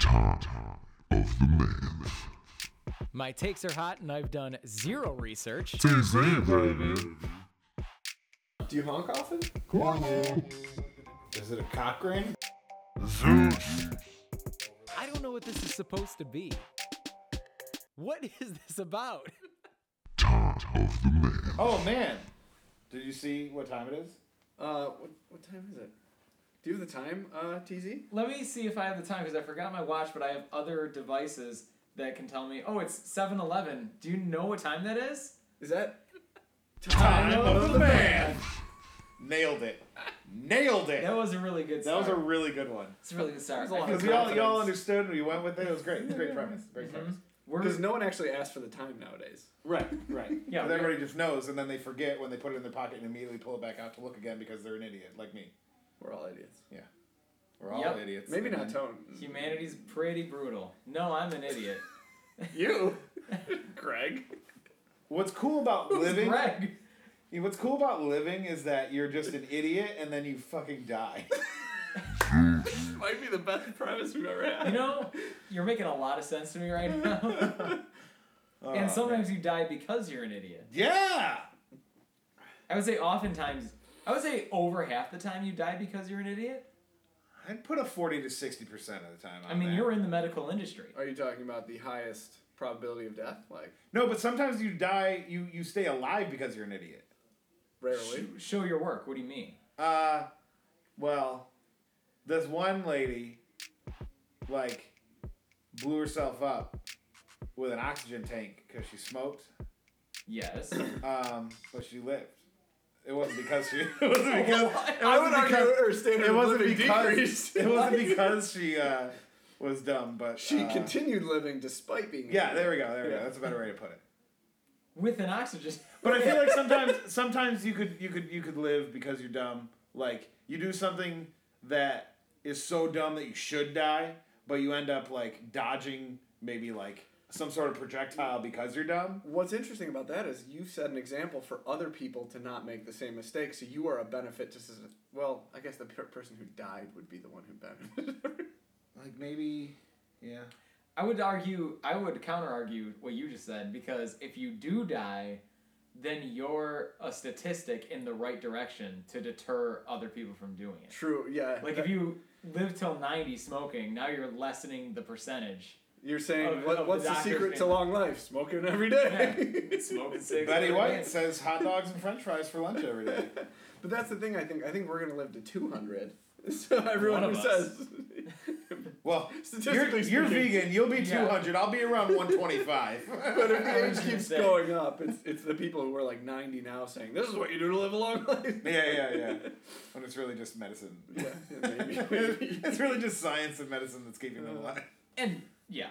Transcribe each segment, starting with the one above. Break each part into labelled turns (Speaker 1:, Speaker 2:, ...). Speaker 1: Hot of the Month.
Speaker 2: My takes are hot and I've done zero research.
Speaker 1: TZ, baby.
Speaker 3: Do you honk often? Is it a cock ring?
Speaker 1: Zeus.
Speaker 2: I don't know what this is supposed to be. What is this about?
Speaker 1: Tot of the Month.
Speaker 3: Oh man! Did you see what time it is?
Speaker 4: Uh, what, what time is it? Do you have the time, uh, TZ?
Speaker 2: Let me see if I have the time because I forgot my watch, but I have other devices that can tell me. Oh, it's 7 Eleven. Do you know what time that is?
Speaker 4: Is that
Speaker 3: Time of the man. Nailed it! Nailed it!
Speaker 2: That was a really good
Speaker 3: That
Speaker 2: start.
Speaker 3: was a really good one.
Speaker 2: it's a really good start.
Speaker 4: That was a lot
Speaker 2: I
Speaker 3: Because
Speaker 2: feel
Speaker 4: of
Speaker 3: y'all, y'all
Speaker 4: Confidence.
Speaker 3: understood and we went with it. It was great. It's a great premise. Great premise.
Speaker 2: we're-
Speaker 4: because no one actually asks for the time nowadays?
Speaker 3: Right, right.
Speaker 2: Yeah,
Speaker 3: Because
Speaker 2: we-
Speaker 3: everybody just knows, and then they forget when they put it in their pocket and immediately pull it back out to look again because they're an idiot, like me.
Speaker 4: We're all idiots.
Speaker 3: Yeah. We're all
Speaker 2: Yep.
Speaker 3: idiots.
Speaker 4: Maybe
Speaker 3: And
Speaker 4: not
Speaker 3: then-
Speaker 4: Tone.
Speaker 2: Humanity's pretty brutal. No, I'm an idiot.
Speaker 4: You, Greg.
Speaker 3: What's cool about living?
Speaker 2: Greg.
Speaker 3: Yeah, What's cool about living is that you're just an idiot and then you fucking die.
Speaker 4: This might be the best premise we've ever
Speaker 2: You
Speaker 4: had.
Speaker 2: know, you're making a lot of sense to me right now.
Speaker 3: Oh,
Speaker 2: and
Speaker 3: man.
Speaker 2: sometimes you die because you're an idiot.
Speaker 3: Yeah!
Speaker 2: I would say oftentimes, I would say over half the time you die because you're an idiot.
Speaker 3: I'd put a 40 to 60% of the time on
Speaker 2: I mean,
Speaker 3: that.
Speaker 2: you're in the medical industry.
Speaker 4: Are you talking about the highest probability of death? Like
Speaker 3: No, but sometimes you die, you, you stay alive because you're an idiot.
Speaker 4: rarely.
Speaker 2: Show your work. What do you mean?
Speaker 3: Uh, well, this one lady, like, blew herself up with an oxygen tank because she smoked,
Speaker 2: Yes.
Speaker 3: um, but she lived. It wasn't because she. It wasn't because. It
Speaker 4: Oh, I would
Speaker 3: wasn't
Speaker 4: argue
Speaker 3: because.
Speaker 4: her standard
Speaker 3: It
Speaker 4: of
Speaker 3: wasn't
Speaker 4: living
Speaker 3: because.
Speaker 4: decreased.
Speaker 3: It wasn't because she uh, was dumb, but
Speaker 4: She
Speaker 3: uh,
Speaker 4: continued living despite being.
Speaker 3: Yeah, there we go. There we go.
Speaker 4: Yeah.
Speaker 3: That's a better way to put it.
Speaker 2: With an oxygen.
Speaker 3: But I feel like sometimes sometimes you could you could you could live because you're dumb. Like you do something that is so dumb that you should die, but you end up like dodging maybe like some sort of projectile because you're dumb.
Speaker 4: What's interesting about that is you set an example for other people to not make the same mistake, so you are a benefit to society. Well, I guess the per- person who died would be the one who benefited.
Speaker 3: Like maybe yeah.
Speaker 2: I would argue, I would counter argue what you just said because if you do die, then you're a statistic in the right direction to deter other people from doing it.
Speaker 4: True, yeah.
Speaker 2: Like if you live till 90 smoking, now you're lessening the percentage.
Speaker 4: You're saying,
Speaker 2: Of-
Speaker 4: what,
Speaker 2: of the
Speaker 4: what's the,
Speaker 2: doctor's
Speaker 4: secret to
Speaker 2: name.
Speaker 4: long life? Smoking every day.
Speaker 2: Smoking cigs.
Speaker 3: Betty White says hot dogs and French fries for lunch every day.
Speaker 4: but that's the thing, I think. I think we're going to live to 200. So everyone
Speaker 2: One
Speaker 4: who
Speaker 2: of us.
Speaker 4: says.
Speaker 3: Well, you're,
Speaker 4: Statistically
Speaker 3: you're
Speaker 4: speaking.
Speaker 3: vegan. You'll be
Speaker 2: Yeah.
Speaker 3: 200. I'll be around 125.
Speaker 4: But if
Speaker 2: I
Speaker 4: the
Speaker 2: was
Speaker 4: age
Speaker 2: gonna
Speaker 4: keeps
Speaker 2: say.
Speaker 4: going up, it's, it's the people who are like 90 now saying, this is what you do to live a long life.
Speaker 3: yeah, yeah, yeah. When it's really just medicine.
Speaker 4: yeah, maybe. Uh, maybe.
Speaker 3: it's really just science and medicine that's keeping them alive.
Speaker 2: And yeah,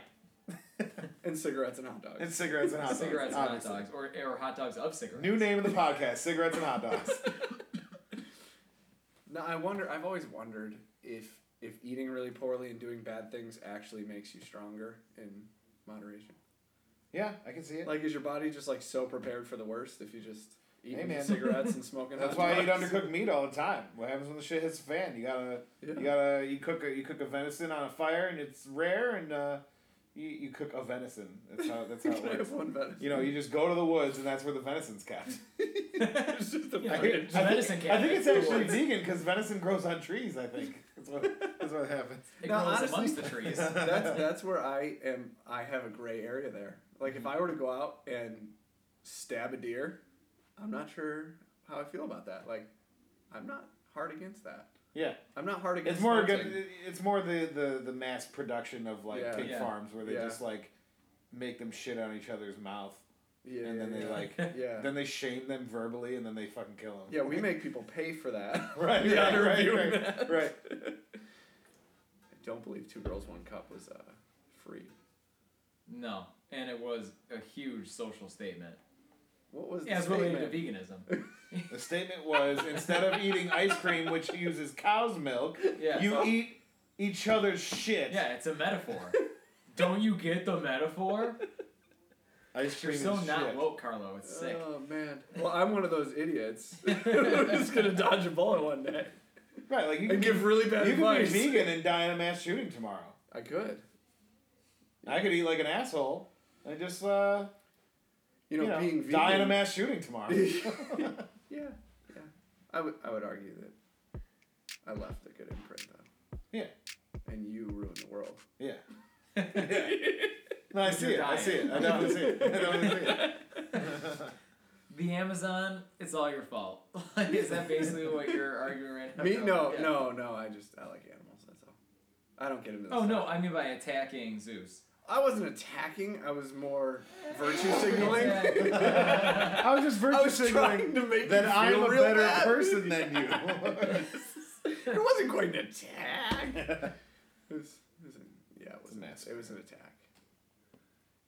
Speaker 4: And cigarettes and hot dogs.
Speaker 3: And cigarettes and hot dogs.
Speaker 2: cigarettes and hot
Speaker 3: obviously.
Speaker 2: dogs, or, or hot dogs of cigarettes.
Speaker 3: New name of the podcast: cigarettes and hot dogs.
Speaker 4: No, I wonder. I've always wondered if if eating really poorly and doing bad things actually makes you stronger in moderation.
Speaker 3: yeah, I can see it.
Speaker 4: Like, is your body just like so prepared for the worst if you just eat
Speaker 3: Hey, man.
Speaker 4: cigarettes and smoking?
Speaker 3: that's
Speaker 4: hot
Speaker 3: why I eat
Speaker 4: dogs?
Speaker 3: undercooked meat all the time. What happens when the shit hits the fan? You gotta,
Speaker 4: Yeah.
Speaker 3: you gotta, you cook a, you cook a venison on a fire, and it's rare, and uh, you, you cook a venison. That's how that's how it
Speaker 4: Can I have
Speaker 3: works.
Speaker 4: one better?
Speaker 3: You know, you just go to the woods, and that's where the venison's kept.
Speaker 4: it's just a
Speaker 2: Yeah,
Speaker 3: I,
Speaker 2: like-
Speaker 4: fridge.
Speaker 3: think, I
Speaker 2: venison
Speaker 3: think-
Speaker 2: cabinet.
Speaker 3: I think it's actually vegan because venison grows on trees. I think that's what that's what happens.
Speaker 2: It
Speaker 4: Now,
Speaker 2: grows
Speaker 4: honestly-
Speaker 2: amongst the trees.
Speaker 4: that's that's where I am. I have a gray area there. Like,
Speaker 3: Mm-hmm.
Speaker 4: if I were to go out and stab a deer, I'm not sure how I feel about that. Like, I'm not hard against that.
Speaker 3: Yeah,
Speaker 4: I'm not hard against.
Speaker 3: it's more
Speaker 4: hunting.
Speaker 3: good, it's more the, the the mass production of like
Speaker 4: Yeah.
Speaker 3: pig
Speaker 2: Yeah.
Speaker 3: farms where they
Speaker 4: Yeah.
Speaker 3: just like make them shit on each other's mouth
Speaker 4: Yeah,
Speaker 3: and then
Speaker 4: yeah,
Speaker 3: they
Speaker 4: yeah.
Speaker 3: like
Speaker 4: Yeah.
Speaker 3: then they shame them verbally and then they fucking kill them.
Speaker 4: Yeah, we make people pay for that.
Speaker 3: Right,
Speaker 4: The
Speaker 3: right,
Speaker 4: honor of
Speaker 3: right,
Speaker 4: doing
Speaker 3: right,
Speaker 4: that.
Speaker 3: right.
Speaker 4: I don't believe Two Girls One Cup was uh, free.
Speaker 2: No, and it was a huge social statement
Speaker 4: What was the
Speaker 2: as related
Speaker 4: statement?
Speaker 2: to veganism.
Speaker 3: The statement was instead of eating ice cream which uses cow's milk,
Speaker 2: Yeah.
Speaker 3: you eat each other's shit.
Speaker 2: Yeah, it's a metaphor. Don't you get the metaphor?
Speaker 3: Ice
Speaker 2: You're
Speaker 3: cream
Speaker 2: so
Speaker 3: is
Speaker 2: not
Speaker 3: shit.
Speaker 2: woke, Carlo. It's sick.
Speaker 4: Oh man. Well, I'm one of those idiots who's gonna dodge a bullet one day
Speaker 3: Right, like you can
Speaker 4: and
Speaker 3: be,
Speaker 4: give really bad
Speaker 3: you can be
Speaker 4: advice.
Speaker 3: vegan and die in a mass shooting tomorrow.
Speaker 4: I could.
Speaker 3: I could eat like an asshole and just uh,
Speaker 4: You know, being vegan.
Speaker 3: die in a mass shooting tomorrow.
Speaker 4: yeah, yeah. I would I would argue that I left a good imprint though,
Speaker 3: yeah,
Speaker 4: and you ruined the world.
Speaker 3: yeah. No, I see it. I see it. I definitely see it. I definitely see it.
Speaker 2: The Amazon, it's all your fault. Like, Is that basically what you're arguing right now?
Speaker 4: Me? No,
Speaker 2: Yeah.
Speaker 4: no, no. I just I like animals. That's all. I don't get into. This
Speaker 2: Oh no,
Speaker 4: stuff.
Speaker 2: I mean by attacking Zeus.
Speaker 4: I wasn't attacking. I was more virtue signaling.
Speaker 2: Yeah.
Speaker 3: I was just virtue
Speaker 4: I was
Speaker 3: signaling
Speaker 4: trying to make
Speaker 3: that
Speaker 4: you
Speaker 3: I'm
Speaker 4: feel
Speaker 3: a
Speaker 4: real
Speaker 3: better
Speaker 4: bad.
Speaker 3: person than you.
Speaker 4: It wasn't quite an attack. It was, it was an, yeah, it was
Speaker 3: a
Speaker 4: an,
Speaker 3: mask.
Speaker 4: it was an attack.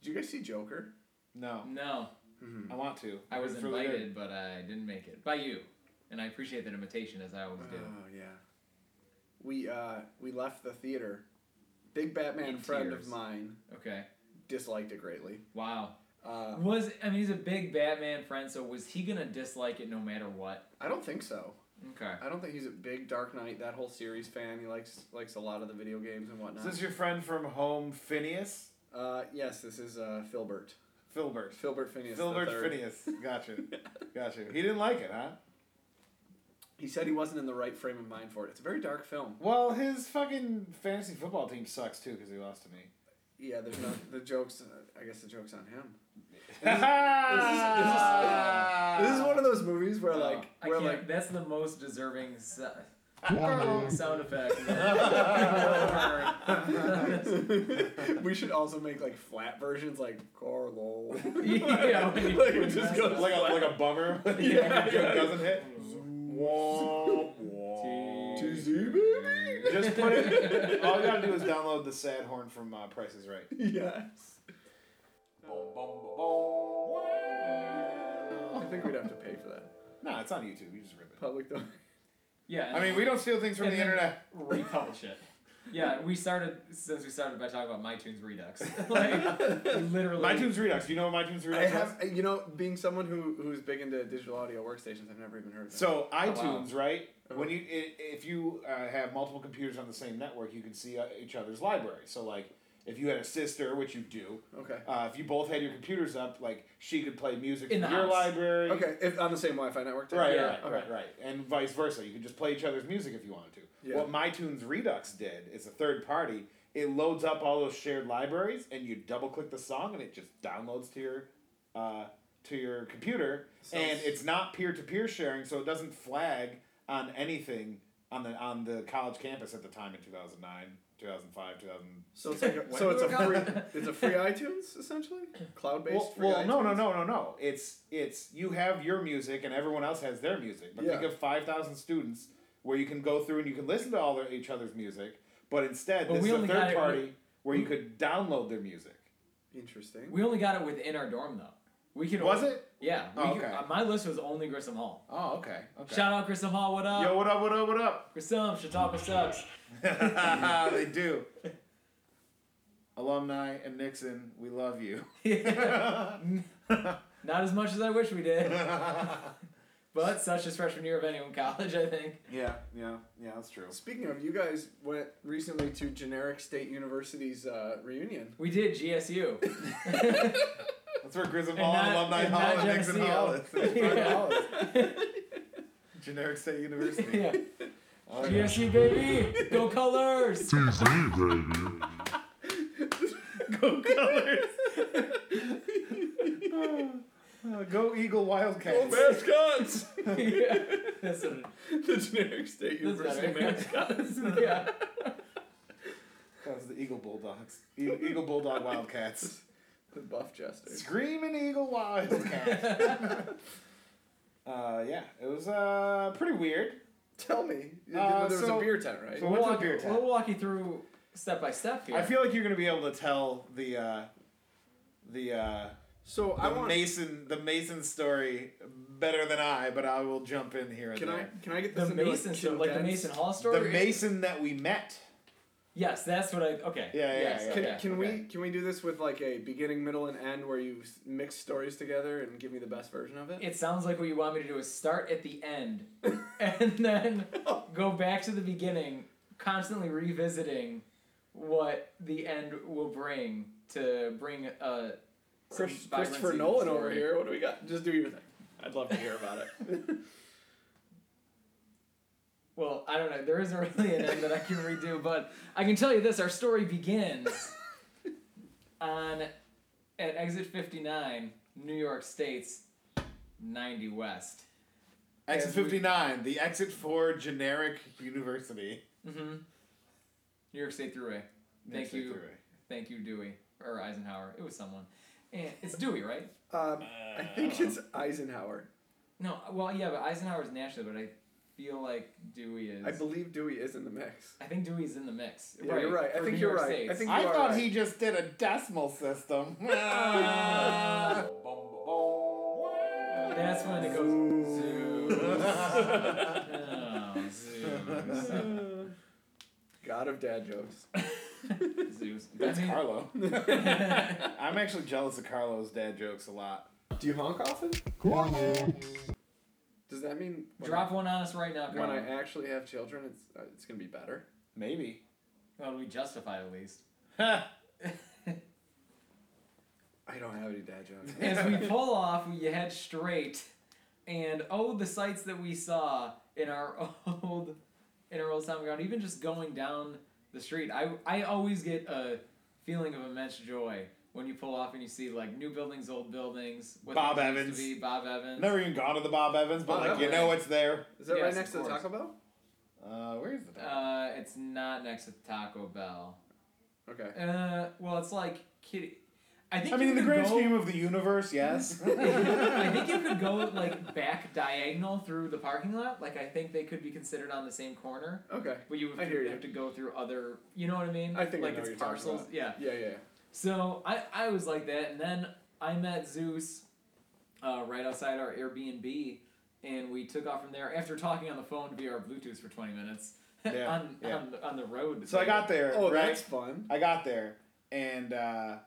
Speaker 4: Did you guys see Joker?
Speaker 3: no,
Speaker 2: no,
Speaker 4: Hmm.
Speaker 3: I want to.
Speaker 2: I was
Speaker 3: It's really good.
Speaker 2: invited, but I didn't make it by you, and I appreciate the invitation as I always do.
Speaker 4: Oh yeah. We uh we left the theater. Big Batman
Speaker 2: In
Speaker 4: friend
Speaker 2: tears.
Speaker 4: of mine
Speaker 2: Okay,
Speaker 4: disliked it greatly.
Speaker 2: wow.
Speaker 4: Uh,
Speaker 2: Was I mean he's a big Batman friend, so was he gonna dislike it no matter what?
Speaker 4: I don't think so.
Speaker 2: Okay.
Speaker 4: I don't think he's a big Dark Knight that whole series fan. He likes likes a lot of the video games and
Speaker 3: Is
Speaker 4: whatnot.
Speaker 3: this your friend from home, Phineas?
Speaker 4: Uh yes, this is uh Filbert.
Speaker 3: Filbert.
Speaker 4: Filbert Phineas. the
Speaker 3: Filbert
Speaker 4: third.
Speaker 3: Phineas. Gotcha. gotcha. He didn't like it, huh?
Speaker 4: He said he wasn't in the right frame of mind for it. It's a very dark film.
Speaker 3: Well, his fucking fantasy football team sucks too because he lost to me.
Speaker 4: Yeah, there's no the jokes. Uh, I guess the jokes on him. This is one of those movies
Speaker 3: Oh,
Speaker 4: where like
Speaker 2: I
Speaker 4: where
Speaker 2: can't,
Speaker 4: like
Speaker 2: that's the most deserving s-
Speaker 1: Wow.
Speaker 2: sound effect. yeah,
Speaker 4: we should also make like flat versions like Carlo.
Speaker 2: when you-
Speaker 4: Like, it just goes
Speaker 3: like a like a bummer when he
Speaker 4: Yeah, yeah.
Speaker 3: doesn't hit.
Speaker 4: TZ baby.
Speaker 3: Just put it. All you gotta do is download the sad horn from uh, Price is Right.
Speaker 4: Yes. I think we'd have to pay for that.
Speaker 3: No, it's on YouTube. You just rip it.
Speaker 4: Public domain.
Speaker 2: Yeah.
Speaker 3: I mean, we don't steal things from
Speaker 2: and
Speaker 3: the
Speaker 2: then
Speaker 3: internet.
Speaker 2: republish it. Yeah, we started since we started by talking about MyTunes Redux. like literally.
Speaker 3: MyTunes Redux. Do you know what MyTunes
Speaker 4: I
Speaker 3: Redux is?
Speaker 4: have, you know, being someone who who's big into digital audio workstations, I've never even heard of it.
Speaker 3: So
Speaker 2: Oh, wow.
Speaker 3: iTunes, right? When
Speaker 4: Uh-huh.
Speaker 3: you i- if you uh, have multiple computers on the same network, you can see uh, each other's library. So like if you had a sister, which you do,
Speaker 4: okay.
Speaker 3: uh, if you both had your computers up, like she could play music
Speaker 2: In
Speaker 3: from
Speaker 2: the
Speaker 3: your
Speaker 2: house.
Speaker 3: library.
Speaker 4: Okay, if on the same Wi-Fi network. then-
Speaker 3: Right,
Speaker 2: Yeah.
Speaker 3: right,
Speaker 4: Okay.
Speaker 3: right, right, and vice versa. You can just play each other's music if you wanted to.
Speaker 4: Yeah.
Speaker 3: What MyTunes Redux did is a third party. It loads up all those shared libraries, and you double click the song, and it just downloads to your uh, to your computer. and
Speaker 4: Sounds-
Speaker 3: it's not peer to peer sharing, so it doesn't flag on anything on the on the college campus at the time in two thousand nine, two thousand five, two thousand.
Speaker 4: So it's like a,
Speaker 2: When
Speaker 4: so
Speaker 2: we
Speaker 4: it's a
Speaker 2: were
Speaker 4: free
Speaker 2: gone.
Speaker 4: it's a free iTunes essentially cloud based.
Speaker 3: Well,
Speaker 4: free
Speaker 3: well no, no,
Speaker 4: iTunes?
Speaker 3: no, no, no. It's it's you have your music and everyone else has their music. But think
Speaker 4: Yeah.
Speaker 3: of five thousand students where you can go through and you can listen to all their, each other's music, but instead
Speaker 2: But
Speaker 3: this
Speaker 2: we
Speaker 3: is a
Speaker 2: only got
Speaker 3: third
Speaker 2: it-
Speaker 3: party where you could download their music.
Speaker 4: Interesting.
Speaker 2: We only got it within our dorm though. We could.
Speaker 3: Was it?
Speaker 2: Yeah. We
Speaker 3: Oh,
Speaker 2: could,
Speaker 3: okay.
Speaker 2: uh, my list was only Grissom Hall.
Speaker 3: Oh, okay.
Speaker 2: Shout out Grissom Hall. What up?
Speaker 3: Yo, what up? What up? What up?
Speaker 2: Grissom, Chautauqua sucks.
Speaker 3: they do. Alumni and Nixon, we love you.
Speaker 2: Not as much as I wish we did,
Speaker 3: yeah,
Speaker 2: but such is freshman year of anyone college. I think.
Speaker 3: yeah, yeah. That's true.
Speaker 4: Speaking of, you guys went recently to Generic State University's uh, reunion.
Speaker 2: We did GSU.
Speaker 3: That's where Grissom
Speaker 2: And
Speaker 3: Hall,
Speaker 2: not-
Speaker 3: Alumni
Speaker 2: and
Speaker 3: Hall,
Speaker 2: not
Speaker 3: and Nixon
Speaker 2: Geneseo.
Speaker 3: Hall. is.
Speaker 2: Yeah.
Speaker 3: Hall is. Generic State University.
Speaker 2: yeah.
Speaker 3: Oh, yeah.
Speaker 2: GSU baby, go colors.
Speaker 1: TZ baby.
Speaker 3: Go colors. go Eagle Wildcats.
Speaker 4: mascots!
Speaker 2: yeah. That's what it-
Speaker 4: the Generic State
Speaker 2: that's
Speaker 4: University
Speaker 2: better.
Speaker 4: mascots.
Speaker 2: yeah.
Speaker 3: that was the Eagle Bulldogs. E- Eagle Bulldog Wildcats.
Speaker 4: the Buff Jester.
Speaker 3: Screaming Eagle Wildcats. uh, yeah, it was uh, pretty weird.
Speaker 4: Tell me.
Speaker 3: Uh,
Speaker 4: there was
Speaker 3: so-
Speaker 4: a beer tent, right?
Speaker 3: so-
Speaker 2: We'll
Speaker 3: What's up
Speaker 2: walk,
Speaker 3: here, Tad?
Speaker 2: we'll walk you through step by step here.
Speaker 3: I feel like you're gonna be able to tell the uh, the. Uh,
Speaker 4: So
Speaker 3: the
Speaker 4: I want.
Speaker 3: Mason the Mason story better than I, but I will jump in here. And
Speaker 4: Can I
Speaker 3: there.
Speaker 4: can I get
Speaker 2: the
Speaker 4: this into,
Speaker 2: Mason,
Speaker 4: like,
Speaker 2: story, like the
Speaker 4: condensed-
Speaker 2: Mason Hall story.
Speaker 3: The Mason that we met.
Speaker 2: Yes, that's what I. Okay.
Speaker 3: Yeah, yeah,
Speaker 2: yes,
Speaker 3: yeah,
Speaker 4: Can,
Speaker 2: okay.
Speaker 4: can
Speaker 3: okay.
Speaker 4: we can we do this with like a beginning, middle, and end where you s- mix stories together and give me the best version of it?
Speaker 2: It sounds like what you want me to do is start at the end, and then go back to the beginning, constantly revisiting what the end will bring to bring uh, some
Speaker 4: Chris,
Speaker 2: vibrancy
Speaker 4: Christopher
Speaker 2: to the
Speaker 4: Nolan over
Speaker 2: story.
Speaker 4: here. What do we got? Just do your thing. I'd love to hear about it.
Speaker 2: Well, I don't know. There isn't really an end that I can redo, but I can tell you this: our story begins on at exit 59, New York State's 90 West.
Speaker 3: Exit
Speaker 2: As we-
Speaker 3: 59, the exit for generic university.
Speaker 2: Mm-hmm. New York State Thruway. Thank
Speaker 3: Exit
Speaker 2: you. Thank you, Dewey or Eisenhower. It was someone. And it's Dewey, right?
Speaker 4: um, I think
Speaker 3: Uh,
Speaker 4: it's Eisenhower.
Speaker 2: No, well, yeah, but Eisenhower's national, but I feel like Dewey is.
Speaker 4: I believe Dewey is in the mix.
Speaker 2: I think Dewey's in the mix.
Speaker 4: Yeah, you're right. I
Speaker 2: for
Speaker 4: think
Speaker 2: New
Speaker 4: you're
Speaker 2: York
Speaker 4: right.
Speaker 2: States.
Speaker 4: I think-
Speaker 3: I
Speaker 4: You are
Speaker 3: thought
Speaker 4: right.
Speaker 3: he just did a decimal system.
Speaker 2: that's when it goes. Zeus. Oh, Zeus.
Speaker 4: God of dad jokes.
Speaker 2: Zeus.
Speaker 3: That's
Speaker 2: I mean-
Speaker 3: Carlo. I'm actually jealous of Carlo's dad jokes a lot.
Speaker 4: Do you honk often? Does that mean when,
Speaker 2: Drop one on us right now,
Speaker 4: when I
Speaker 2: Carlo.
Speaker 4: actually have children, it's uh, it's gonna be better?
Speaker 3: Maybe.
Speaker 2: Well, we justify at least.
Speaker 4: I don't have any dad jokes.
Speaker 2: As we pull off, we head straight, and oh, the sights that we saw in our old, in our old town ground. Even just going down the street, I I always get a feeling of immense joy when you pull off and you see like new buildings, old buildings. What
Speaker 3: Bob
Speaker 2: they used to
Speaker 3: Evans.
Speaker 2: be, Bob Evans.
Speaker 3: Never even gone to the Bob Evans, but
Speaker 4: Bob
Speaker 3: like you
Speaker 4: Evans.
Speaker 3: know it's there.
Speaker 4: Is that
Speaker 2: Yes,
Speaker 4: right next
Speaker 2: of
Speaker 4: to the
Speaker 2: course.
Speaker 4: Taco Bell?
Speaker 3: Uh, where's the Taco
Speaker 2: Uh, it's not next to Taco Bell.
Speaker 4: Okay.
Speaker 2: Uh, well, it's like kitty. I think
Speaker 3: I mean,
Speaker 2: Uh, you
Speaker 3: in the
Speaker 2: could
Speaker 3: grand
Speaker 2: go-
Speaker 3: scheme of the universe, yes.
Speaker 2: I think you could go like back diagonal through the parking lot. Like I think they could be considered on the same corner,
Speaker 4: Okay.
Speaker 2: but you would
Speaker 4: I
Speaker 2: have,
Speaker 4: hear
Speaker 2: to,
Speaker 4: you.
Speaker 2: have to go through other. You know what I mean?
Speaker 4: I think I
Speaker 2: like
Speaker 4: know
Speaker 2: it's
Speaker 4: what you're talking
Speaker 2: parcels.
Speaker 4: about.
Speaker 2: Yeah.
Speaker 4: Yeah, yeah. yeah.
Speaker 2: So I I was like that, and then I met Zeus, uh, right outside our Airbnb, and we took off from there after talking on the phone via our Bluetooth for twenty minutes.
Speaker 3: Yeah,
Speaker 2: on,
Speaker 3: yeah.
Speaker 2: on the, on the road.
Speaker 3: so I got there,
Speaker 4: Oh,
Speaker 3: right?
Speaker 4: that's fun.
Speaker 3: I got there, and uh,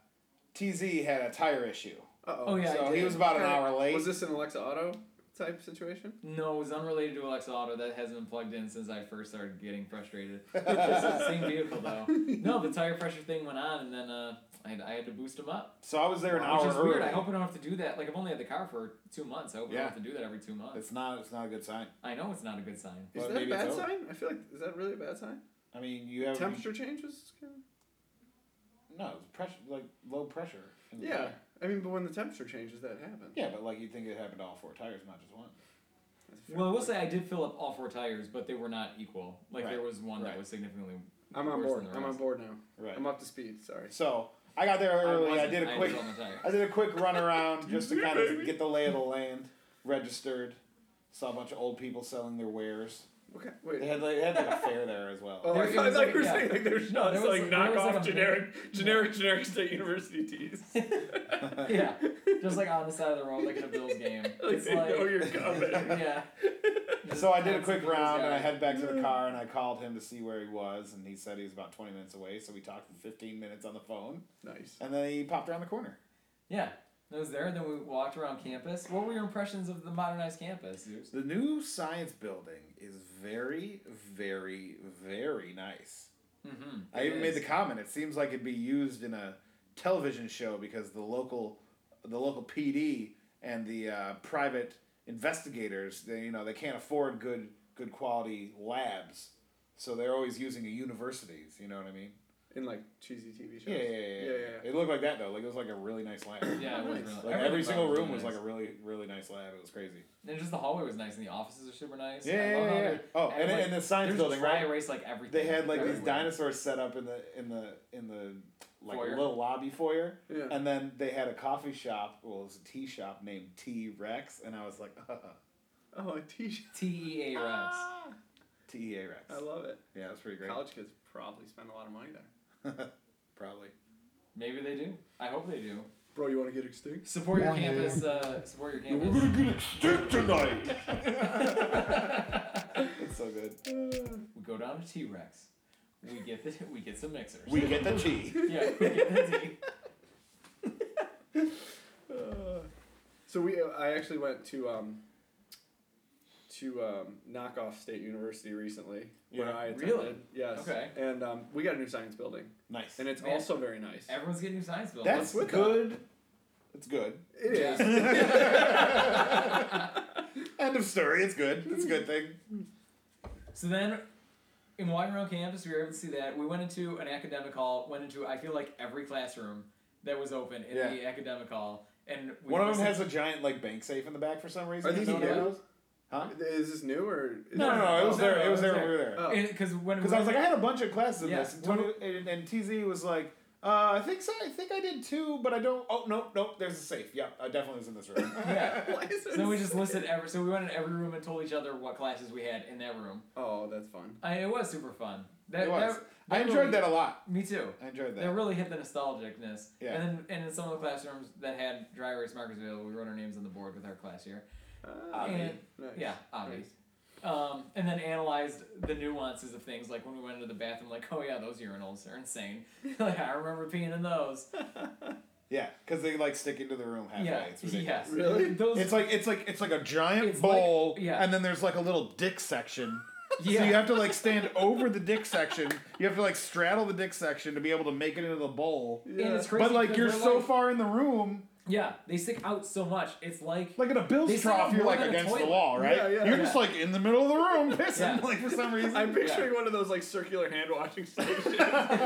Speaker 3: TZ had a tire issue.
Speaker 4: Uh-oh.
Speaker 2: Oh, yeah, I
Speaker 3: so he
Speaker 2: did.
Speaker 3: was about an
Speaker 4: Kinda-
Speaker 3: hour late.
Speaker 4: Was this an Alexa Auto type situation?
Speaker 2: No, it was unrelated to Alexa Auto. That hasn't been plugged in since I first started getting frustrated. it's the same vehicle though. No, the tire pressure thing went on, and then uh, I, had, I had to boost them up,
Speaker 3: so I was there an hour
Speaker 2: which is
Speaker 3: early.
Speaker 2: weird. I hope I don't have to do that. Like I've only had the car for two months. I hope I
Speaker 3: Yeah.
Speaker 2: don't have to do that every two months.
Speaker 3: It's not. It's not a good sign.
Speaker 2: I know it's not a good sign.
Speaker 4: Is
Speaker 3: Well,
Speaker 4: that a
Speaker 3: maybe Um, it's
Speaker 4: bad
Speaker 3: over.
Speaker 4: sign? I feel like is that really a bad sign?
Speaker 3: I mean, you have
Speaker 4: Temperature changes. Kind of...
Speaker 3: no it's pressure, like low pressure. in the
Speaker 4: Yeah.
Speaker 3: tire.
Speaker 4: I mean, but when the temperature changes, that happens.
Speaker 3: Yeah, but like you think it happened to all four tires, not just one.
Speaker 4: That's fair.
Speaker 2: Well, I will say I did fill up all four tires, but they were not equal. Like there
Speaker 3: Right.
Speaker 2: was one
Speaker 3: Right.
Speaker 2: that was significantly.
Speaker 4: I'm on
Speaker 2: worse
Speaker 4: board.
Speaker 2: than the
Speaker 4: I'm on
Speaker 2: rest.
Speaker 4: board now.
Speaker 3: Right.
Speaker 4: I'm up to speed. Sorry.
Speaker 3: So I got there early. I,
Speaker 2: wasn't.
Speaker 3: did a
Speaker 2: I
Speaker 3: quick.
Speaker 2: was on the tire.
Speaker 3: I did a quick run around just to
Speaker 4: TZ,
Speaker 3: kind of
Speaker 4: baby.
Speaker 3: get the lay of the land. Registered. Saw a bunch of old people selling their wares.
Speaker 4: Okay.
Speaker 3: They
Speaker 4: Wait.
Speaker 3: had, like- they had like a fair there as well.
Speaker 4: Oh,
Speaker 2: There-
Speaker 4: I
Speaker 2: it
Speaker 4: thought, I
Speaker 2: was
Speaker 4: thought
Speaker 2: like-
Speaker 4: you were
Speaker 2: yeah.
Speaker 4: saying like there's
Speaker 2: No,
Speaker 4: nuts,
Speaker 2: there was
Speaker 4: like
Speaker 2: a- there was
Speaker 4: knockoff
Speaker 2: like a-
Speaker 4: generic, generic, generic state university teas.
Speaker 2: yeah, just like on the side of the road, like in a Bills game.
Speaker 4: like
Speaker 2: It's
Speaker 4: they know
Speaker 2: like
Speaker 4: you're coming.
Speaker 2: yeah.
Speaker 3: oh, So I did a
Speaker 2: Just
Speaker 3: quick
Speaker 2: constantly
Speaker 3: round and
Speaker 2: those
Speaker 3: I
Speaker 2: guys.
Speaker 3: head back to the car and I called him to see where he was and he said he was about 20 minutes away so we talked for 15 minutes on the phone
Speaker 4: nice.
Speaker 3: and then he popped around the corner.
Speaker 2: Yeah, that was there. Then we walked around campus. What were your impressions of the modernized campus? Zeus?
Speaker 3: The new science building is very very very nice.
Speaker 2: Mm-hmm.
Speaker 3: I even made the comment it seems like it'd be used in a television show because the local the local PD and the uh, private investigators they you know they can't afford good good quality labs so they're always using universities, you know what I mean?
Speaker 4: In like cheesy TV shows.
Speaker 3: Yeah, yeah, yeah, yeah.
Speaker 4: yeah.
Speaker 3: It looked like that though. Like it was like a really nice lab.
Speaker 2: Yeah, it was really.
Speaker 3: Like
Speaker 2: everything
Speaker 3: every single
Speaker 2: about it
Speaker 3: room was
Speaker 2: nice.
Speaker 3: like a really, really nice lab. It was crazy.
Speaker 2: And just the hallway was nice, and the offices are super nice.
Speaker 3: Yeah,
Speaker 2: I
Speaker 3: yeah,
Speaker 2: love how
Speaker 3: yeah,
Speaker 2: they're-
Speaker 3: yeah. Oh, and,
Speaker 2: like,
Speaker 3: and the science
Speaker 2: there's
Speaker 3: building,
Speaker 2: dry
Speaker 3: right?
Speaker 2: erase like everything.
Speaker 3: They had like these
Speaker 2: everywhere.
Speaker 3: dinosaurs set up in the in the in the like
Speaker 2: Foyer.
Speaker 3: little lobby foyer,
Speaker 4: Yeah.
Speaker 3: and then they had a coffee shop. Well, it was a tea shop named T Rex, and I was like,
Speaker 4: Oh, a t-shirt.
Speaker 2: T E A
Speaker 3: Ah.
Speaker 2: Rex.
Speaker 3: T E A Rex.
Speaker 4: I love it.
Speaker 3: Yeah, that's pretty great.
Speaker 4: College kids probably spend a lot of money there.
Speaker 3: Probably.
Speaker 2: Maybe they do. I hope they do.
Speaker 4: Bro, you want to get extinct?
Speaker 2: Support your
Speaker 1: Yeah, yeah.
Speaker 2: campus. Uh, support your
Speaker 1: We're
Speaker 2: campus.
Speaker 1: gonna get extinct tonight.
Speaker 3: It's so good.
Speaker 2: we go down to T Rex. We get the we get some mixers.
Speaker 3: We get the tea.
Speaker 2: yeah, we get the tea.
Speaker 4: Uh, so we, I actually went to um, to um, knock off State University recently, where
Speaker 3: Yeah.
Speaker 4: I attended.
Speaker 2: Really?
Speaker 4: Yes.
Speaker 2: Okay.
Speaker 4: And um, we got a new science building,
Speaker 3: Nice.
Speaker 4: and it's
Speaker 2: Man.
Speaker 4: also very nice.
Speaker 2: Everyone's getting new science buildings.
Speaker 3: That's
Speaker 4: with
Speaker 3: good. It's good.
Speaker 4: It is.
Speaker 3: End of story. It's good. It's a good thing.
Speaker 2: So then, in walking around campus, we were able to see that. We went into an academic hall, went into, I feel like, every classroom that was open in the academic hall. And we
Speaker 3: One of them
Speaker 2: listened-
Speaker 3: has a giant like bank safe in the back for some reason.
Speaker 4: Are these
Speaker 3: no one ever
Speaker 4: new?
Speaker 3: knows. Huh?
Speaker 4: is this new or? Is
Speaker 3: No, no, no. It was
Speaker 2: No,
Speaker 3: there.
Speaker 2: no,
Speaker 3: it was there. when We were there.
Speaker 4: Oh.
Speaker 2: Because when we
Speaker 3: Because I was like, I had a bunch of classes in
Speaker 2: Yeah.
Speaker 3: this, and, Tony, and, and TZ was like, uh, I think so. I think I did too, but I don't. Oh no, no. There's a safe. Yeah, I definitely was in this room.
Speaker 2: yeah.
Speaker 4: Why is
Speaker 2: So then we
Speaker 4: this-
Speaker 2: just listed every. So we went in every room and told each other what classes we had in that room.
Speaker 4: Oh, that's fun.
Speaker 2: I, it was super fun. That,
Speaker 3: it was.
Speaker 2: that-
Speaker 3: I
Speaker 2: really-
Speaker 3: enjoyed that a lot.
Speaker 2: Me too.
Speaker 3: I enjoyed
Speaker 2: That
Speaker 3: that.
Speaker 2: really hit the nostalgicness.
Speaker 3: Yeah.
Speaker 2: And then, and in some of the classrooms that had dry erase markers available, we wrote our names on the board with our class year.
Speaker 4: Ah,
Speaker 2: And-
Speaker 4: nice.
Speaker 2: Yeah, obvious. Um, and then analyzed the nuances of things, like when we went into the bathroom, like, oh yeah, those urinals are insane. like I remember peeing in those.
Speaker 3: Yeah, because they like stick into the room halfway.
Speaker 2: yeah,
Speaker 3: It's ridiculous.
Speaker 2: yes.
Speaker 4: Really?
Speaker 2: Those.
Speaker 3: It's like it's like it's like a giant
Speaker 2: It's like-
Speaker 3: bowl,
Speaker 2: yeah.
Speaker 3: and then there's like a little dick section.
Speaker 2: yeah.
Speaker 3: So you have to like stand over the dick section. You have to like straddle the dick section to be able to make it into the bowl.
Speaker 4: Yeah.
Speaker 2: and it's crazy.
Speaker 3: But like
Speaker 2: because
Speaker 3: you're
Speaker 2: they're
Speaker 3: so
Speaker 2: like-
Speaker 3: far in the room,
Speaker 2: Yeah, they stick out so much. It's like.
Speaker 3: like in a
Speaker 2: They
Speaker 3: Bills
Speaker 2: sit on
Speaker 3: trough, you're
Speaker 2: more
Speaker 3: like
Speaker 2: than a
Speaker 3: against the
Speaker 2: toilet.
Speaker 3: wall, right?
Speaker 4: Yeah, yeah.
Speaker 3: you're just
Speaker 2: Yeah.
Speaker 3: like in the middle of the room pissing,
Speaker 2: Yeah.
Speaker 3: like for some reason.
Speaker 4: I'm picturing one of those like circular hand washing stations.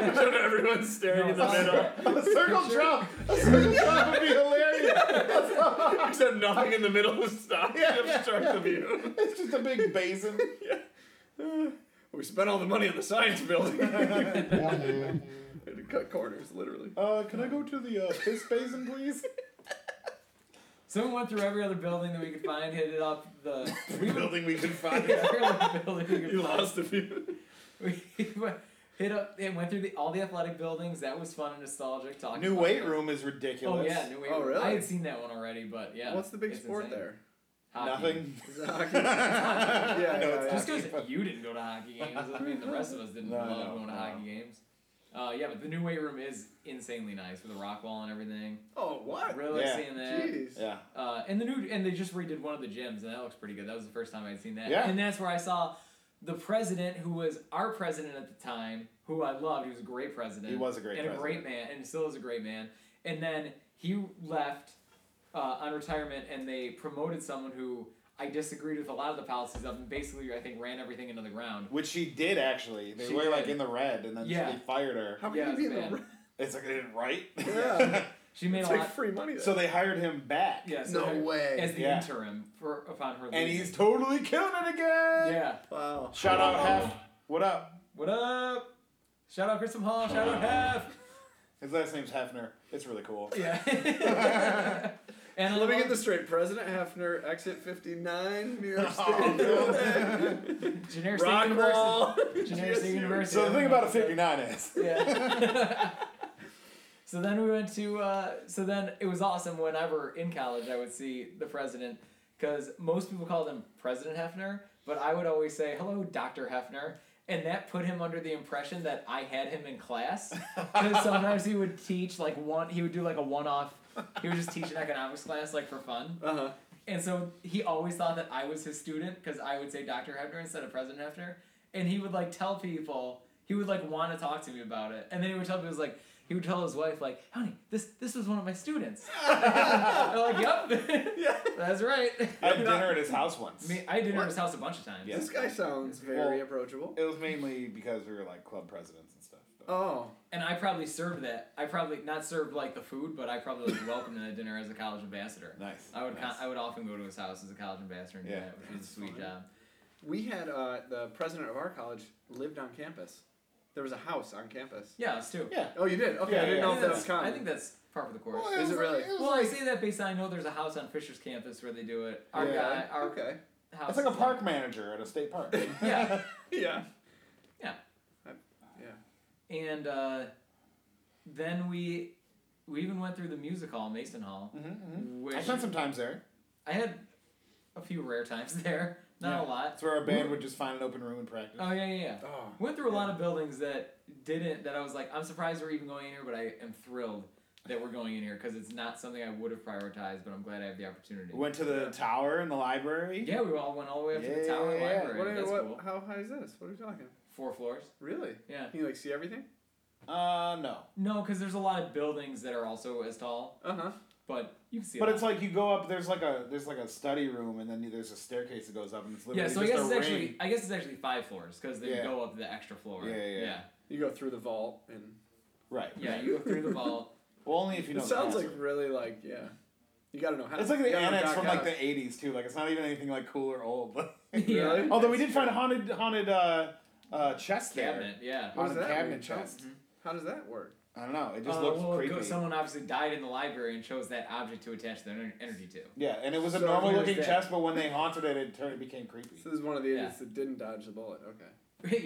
Speaker 4: Everyone's staring in the
Speaker 2: No, it's
Speaker 4: middle,
Speaker 2: not.
Speaker 3: a circle trough. A circle trough would be hilarious.
Speaker 4: except nothing in the middle is stopped
Speaker 3: Yeah,
Speaker 4: to
Speaker 3: yeah,
Speaker 4: obstruct
Speaker 3: yeah.
Speaker 4: the view.
Speaker 3: It's just a big basin.
Speaker 4: We spent all the money on the science building. Had to cut corners, literally.
Speaker 3: Uh, can I go to the uh, piss basin, please?
Speaker 2: Someone went through every other building that we could find, hit it up the. we went
Speaker 3: Building we can
Speaker 2: through
Speaker 3: find.
Speaker 2: every other building we could
Speaker 4: You
Speaker 2: find.
Speaker 4: lost the view.
Speaker 2: We went- hit up and went through the, all the athletic buildings. That was fun and nostalgic. Talking
Speaker 3: New
Speaker 2: about
Speaker 3: weight
Speaker 2: it.
Speaker 3: room is
Speaker 2: Oh
Speaker 3: ridiculous.
Speaker 2: yeah, new weight
Speaker 4: Oh,
Speaker 2: room.
Speaker 4: really?
Speaker 2: I had seen that one already, but yeah.
Speaker 4: What's the big
Speaker 2: it's
Speaker 4: sport
Speaker 2: insane.
Speaker 4: there?
Speaker 2: Hockey.
Speaker 3: Nothing.
Speaker 4: Is it hockey? Yeah,
Speaker 3: I know
Speaker 4: yeah,
Speaker 3: it's
Speaker 4: yeah.
Speaker 2: Just because
Speaker 3: Hockey.
Speaker 2: you didn't go to hockey games doesn't mean the rest of us didn't
Speaker 3: No,
Speaker 2: love
Speaker 3: no,
Speaker 2: going to
Speaker 3: no.
Speaker 2: hockey games. Uh, yeah, but the new weight room is insanely nice with the rock wall and everything.
Speaker 4: Oh, what?
Speaker 2: Really
Speaker 3: Yeah.
Speaker 2: seeing that.
Speaker 4: Jeez.
Speaker 3: Yeah.
Speaker 2: Uh, and the new and they just redid one of the gyms and that looks pretty good. That was the first time I'd seen that.
Speaker 3: Yeah.
Speaker 2: And that's where I saw the president who was our president at the time, who I loved. He was a great president.
Speaker 3: He was a great
Speaker 2: and a great
Speaker 3: president.
Speaker 2: man, and still is a great man. And then he left uh, on retirement, and they promoted someone who I disagreed with a lot of the policies of, and basically I think ran everything into the ground.
Speaker 3: Which she did actually. They
Speaker 2: She
Speaker 3: were like
Speaker 2: did.
Speaker 3: in the red, and then
Speaker 2: Yeah.
Speaker 3: they fired her.
Speaker 4: How can
Speaker 2: Yeah,
Speaker 4: you be in
Speaker 2: it's
Speaker 4: the
Speaker 2: bad.
Speaker 4: red?
Speaker 3: It's like they didn't write.
Speaker 4: Yeah.
Speaker 2: She made
Speaker 4: It's
Speaker 2: a
Speaker 4: like
Speaker 2: lot.
Speaker 4: free money. Though.
Speaker 3: so they hired him back.
Speaker 2: yeah, so
Speaker 4: no
Speaker 2: they-
Speaker 4: way.
Speaker 2: As the
Speaker 3: Yeah.
Speaker 2: interim for upon her.
Speaker 3: And
Speaker 2: leaving.
Speaker 3: he's totally killing it again.
Speaker 2: yeah.
Speaker 4: wow.
Speaker 3: Shout out Hef. What up?
Speaker 2: What up? Shout out Kristen Hall. Shout out Hef.
Speaker 3: His last name's Hefner. It's really cool.
Speaker 2: Yeah. and I
Speaker 4: Let me
Speaker 2: love-
Speaker 4: get this straight. President Hefner, exit 59, New York State.
Speaker 2: Generic State University.
Speaker 4: Rockwall.
Speaker 2: Generic State
Speaker 4: GSU.
Speaker 2: University.
Speaker 3: So the thing about a
Speaker 2: figure.
Speaker 3: 59 is.
Speaker 2: Yeah. so then we went to. Uh, so then it was awesome. Whenever in college, I would see the president because most people called him President Hefner, but I would always say, "Hello, Doctor Hefner." And that put him under the impression that I had him in class. Because sometimes he would teach like one, he would do like a one-off. He would just teach an economics class like for fun.
Speaker 4: Uh-huh.
Speaker 2: And so he always thought that I was his student because I would say Dr. Hefner instead of President Hefner. And he would like tell people, he would like want to talk to me about it. And then he would tell me, he was like, he would tell his wife, like, honey, this this was one of my students. I'm like, yep.
Speaker 4: Yeah.
Speaker 2: That's right.
Speaker 3: I had dinner at his house once.
Speaker 2: I mean, I did it at his house a bunch of times.
Speaker 3: Yeah.
Speaker 4: This guy sounds very
Speaker 3: Well-
Speaker 4: approachable.
Speaker 3: It was mainly because we were like club presidents and stuff. but-
Speaker 4: Oh.
Speaker 2: And I probably served that. I probably not served like the food, but I probably was welcomed to that dinner as a college ambassador.
Speaker 3: Nice.
Speaker 2: I would con-
Speaker 3: nice.
Speaker 2: I would often go to his house as a college ambassador and do
Speaker 3: Yeah.
Speaker 2: that, which was a sweet
Speaker 4: fun.
Speaker 2: job.
Speaker 4: We had uh, the president of our college lived on campus. There was a house on campus.
Speaker 2: Yeah, us too.
Speaker 3: Yeah.
Speaker 4: Oh, you did? Okay,
Speaker 3: Yeah,
Speaker 4: I didn't
Speaker 3: yeah,
Speaker 4: know
Speaker 2: I
Speaker 4: if
Speaker 2: think
Speaker 4: that was
Speaker 2: that's,
Speaker 4: common.
Speaker 2: I think that's par for the course.
Speaker 4: Is it
Speaker 3: was like-
Speaker 4: really?
Speaker 3: was
Speaker 2: Well, I
Speaker 3: like-
Speaker 2: say that based on I know there's a house on Fisher's campus where they do it. Our
Speaker 3: Yeah.
Speaker 2: guy, our
Speaker 4: okay.
Speaker 2: house.
Speaker 3: It's like a
Speaker 2: is
Speaker 3: park manager at a state park.
Speaker 4: Mm-hmm,
Speaker 2: Yeah.
Speaker 4: Yeah.
Speaker 2: And uh, then we we even went through the music hall, Mason Hall,
Speaker 4: mm-hmm.
Speaker 3: Mhm, mhm.
Speaker 2: which
Speaker 3: I spent some times there.
Speaker 2: I had a few rare times there. Not a
Speaker 3: Yeah.
Speaker 2: lot.
Speaker 3: That's where our band would just find an open room and practice.
Speaker 2: Oh yeah, yeah, yeah.
Speaker 4: Oh.
Speaker 2: Went through a lot of buildings that didn't that I was like, I'm surprised we're even going in here, but I am thrilled that we're going in here because it's not something I would have prioritized, but I'm glad I have the opportunity.
Speaker 3: Went to the tower in the library.
Speaker 2: Yeah, we all went all the way up to the tower
Speaker 3: Yeah, yeah, yeah.
Speaker 2: library.
Speaker 4: What, are-
Speaker 2: That's
Speaker 4: what,
Speaker 2: cool.
Speaker 4: How high is this? What are we talking?
Speaker 2: Four floors.
Speaker 4: Really?
Speaker 2: Yeah.
Speaker 4: Can you like see everything?
Speaker 3: Uh, no.
Speaker 2: No, because there's a lot of buildings that are also as tall,
Speaker 4: Uh huh.
Speaker 2: but you can see. a
Speaker 3: But
Speaker 2: lot.
Speaker 3: it's like you go up. There's like a there's like a study room, and then there's a staircase that goes up, and it's
Speaker 2: yeah,
Speaker 3: literally
Speaker 2: so I
Speaker 3: just
Speaker 2: guess it's
Speaker 3: a ring.
Speaker 2: actually I guess it's actually five floors because they
Speaker 3: Yeah.
Speaker 2: go up the extra floor.
Speaker 3: Yeah, yeah.
Speaker 4: You go through the vault and.
Speaker 3: Right.
Speaker 2: Yeah, you go through the vault.
Speaker 3: Well, only if you know.
Speaker 4: It
Speaker 3: the
Speaker 4: sounds like
Speaker 3: password.
Speaker 4: really like yeah. You gotta know how.
Speaker 3: It's like
Speaker 4: you
Speaker 3: the
Speaker 4: gotta know
Speaker 3: annex
Speaker 4: Doc
Speaker 3: from like
Speaker 4: Ock.
Speaker 3: the '80s too. Like it's not even anything like cool or old.
Speaker 2: Yeah.
Speaker 4: Really?
Speaker 3: Although we did find a haunted haunted uh, uh, chest
Speaker 2: Cabinet, yeah.
Speaker 3: there,
Speaker 4: What is
Speaker 3: haunted
Speaker 4: that?
Speaker 3: cabinet
Speaker 4: Weird.
Speaker 3: chest.
Speaker 4: How does that work?
Speaker 3: I don't know. It just
Speaker 2: Uh,
Speaker 3: looks
Speaker 2: well,
Speaker 3: creepy.
Speaker 2: Someone obviously died in the library and chose that object to attach their ener- energy to.
Speaker 3: yeah, and it was a
Speaker 4: So
Speaker 3: normal
Speaker 2: weird
Speaker 3: looking
Speaker 2: that-
Speaker 3: chest, but when they haunted it, it turned it became creepy.
Speaker 4: So this is one of the idiots
Speaker 2: Yeah.
Speaker 4: that didn't dodge the bullet. Okay.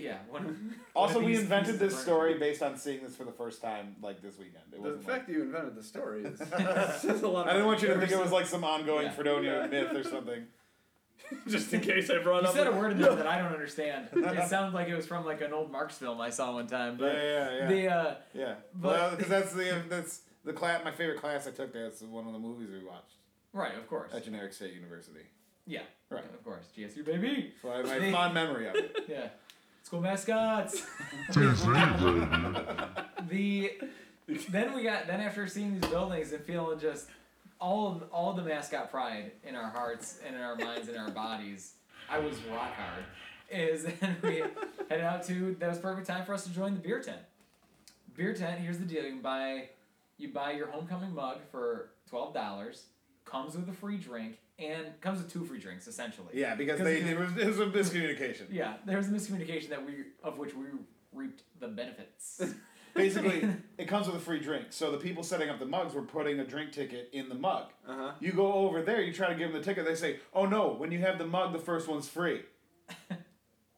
Speaker 2: yeah. One of,
Speaker 3: Also,
Speaker 2: one of
Speaker 3: we
Speaker 2: these
Speaker 3: invented
Speaker 2: pieces of
Speaker 3: this story
Speaker 2: furniture.
Speaker 3: based on seeing this for the first time, like this weekend. It
Speaker 4: The
Speaker 3: wasn't like-
Speaker 4: fact that you invented the story is says a lot.
Speaker 3: I didn't want you to think it
Speaker 4: about
Speaker 3: was like some ongoing
Speaker 2: Yeah.
Speaker 3: Fredonia myth or something.
Speaker 4: yourself. just in case I brought
Speaker 2: You
Speaker 4: up.
Speaker 2: said a
Speaker 4: like-
Speaker 2: word in there that I don't understand. It sounded like it was from like an old Marx film I saw one time,
Speaker 3: Yeah,
Speaker 2: but
Speaker 3: yeah, yeah.
Speaker 2: the uh,
Speaker 3: yeah.
Speaker 2: but-
Speaker 3: Well, because that's the that's the class. My favorite class I took. That's one of the movies we watched
Speaker 2: right, of course,
Speaker 3: at Generic State University.
Speaker 2: yeah,
Speaker 3: Right.
Speaker 2: of course, GSU baby,
Speaker 3: So I have a fond memory of it.
Speaker 2: yeah, school mascots. the then we got then after seeing these buildings and feeling just all of, all the mascot pride in our hearts and in our minds and our bodies i was rock hard is and we headed out to that was perfect time for us to join the beer tent beer tent here's the deal you can buy you buy your homecoming mug for $12 comes with a free drink and comes with two free drinks essentially
Speaker 3: Yeah, because they it was, it was a miscommunication.
Speaker 2: yeah there was a miscommunication that we of which we reaped the benefits
Speaker 3: Basically, it comes with a free drink. So the people setting up the mugs were putting a drink ticket in the mug.
Speaker 4: Uh-huh.
Speaker 3: You go over there, you try to give them the ticket. They say, "Oh no! When you have the mug, the first one's free."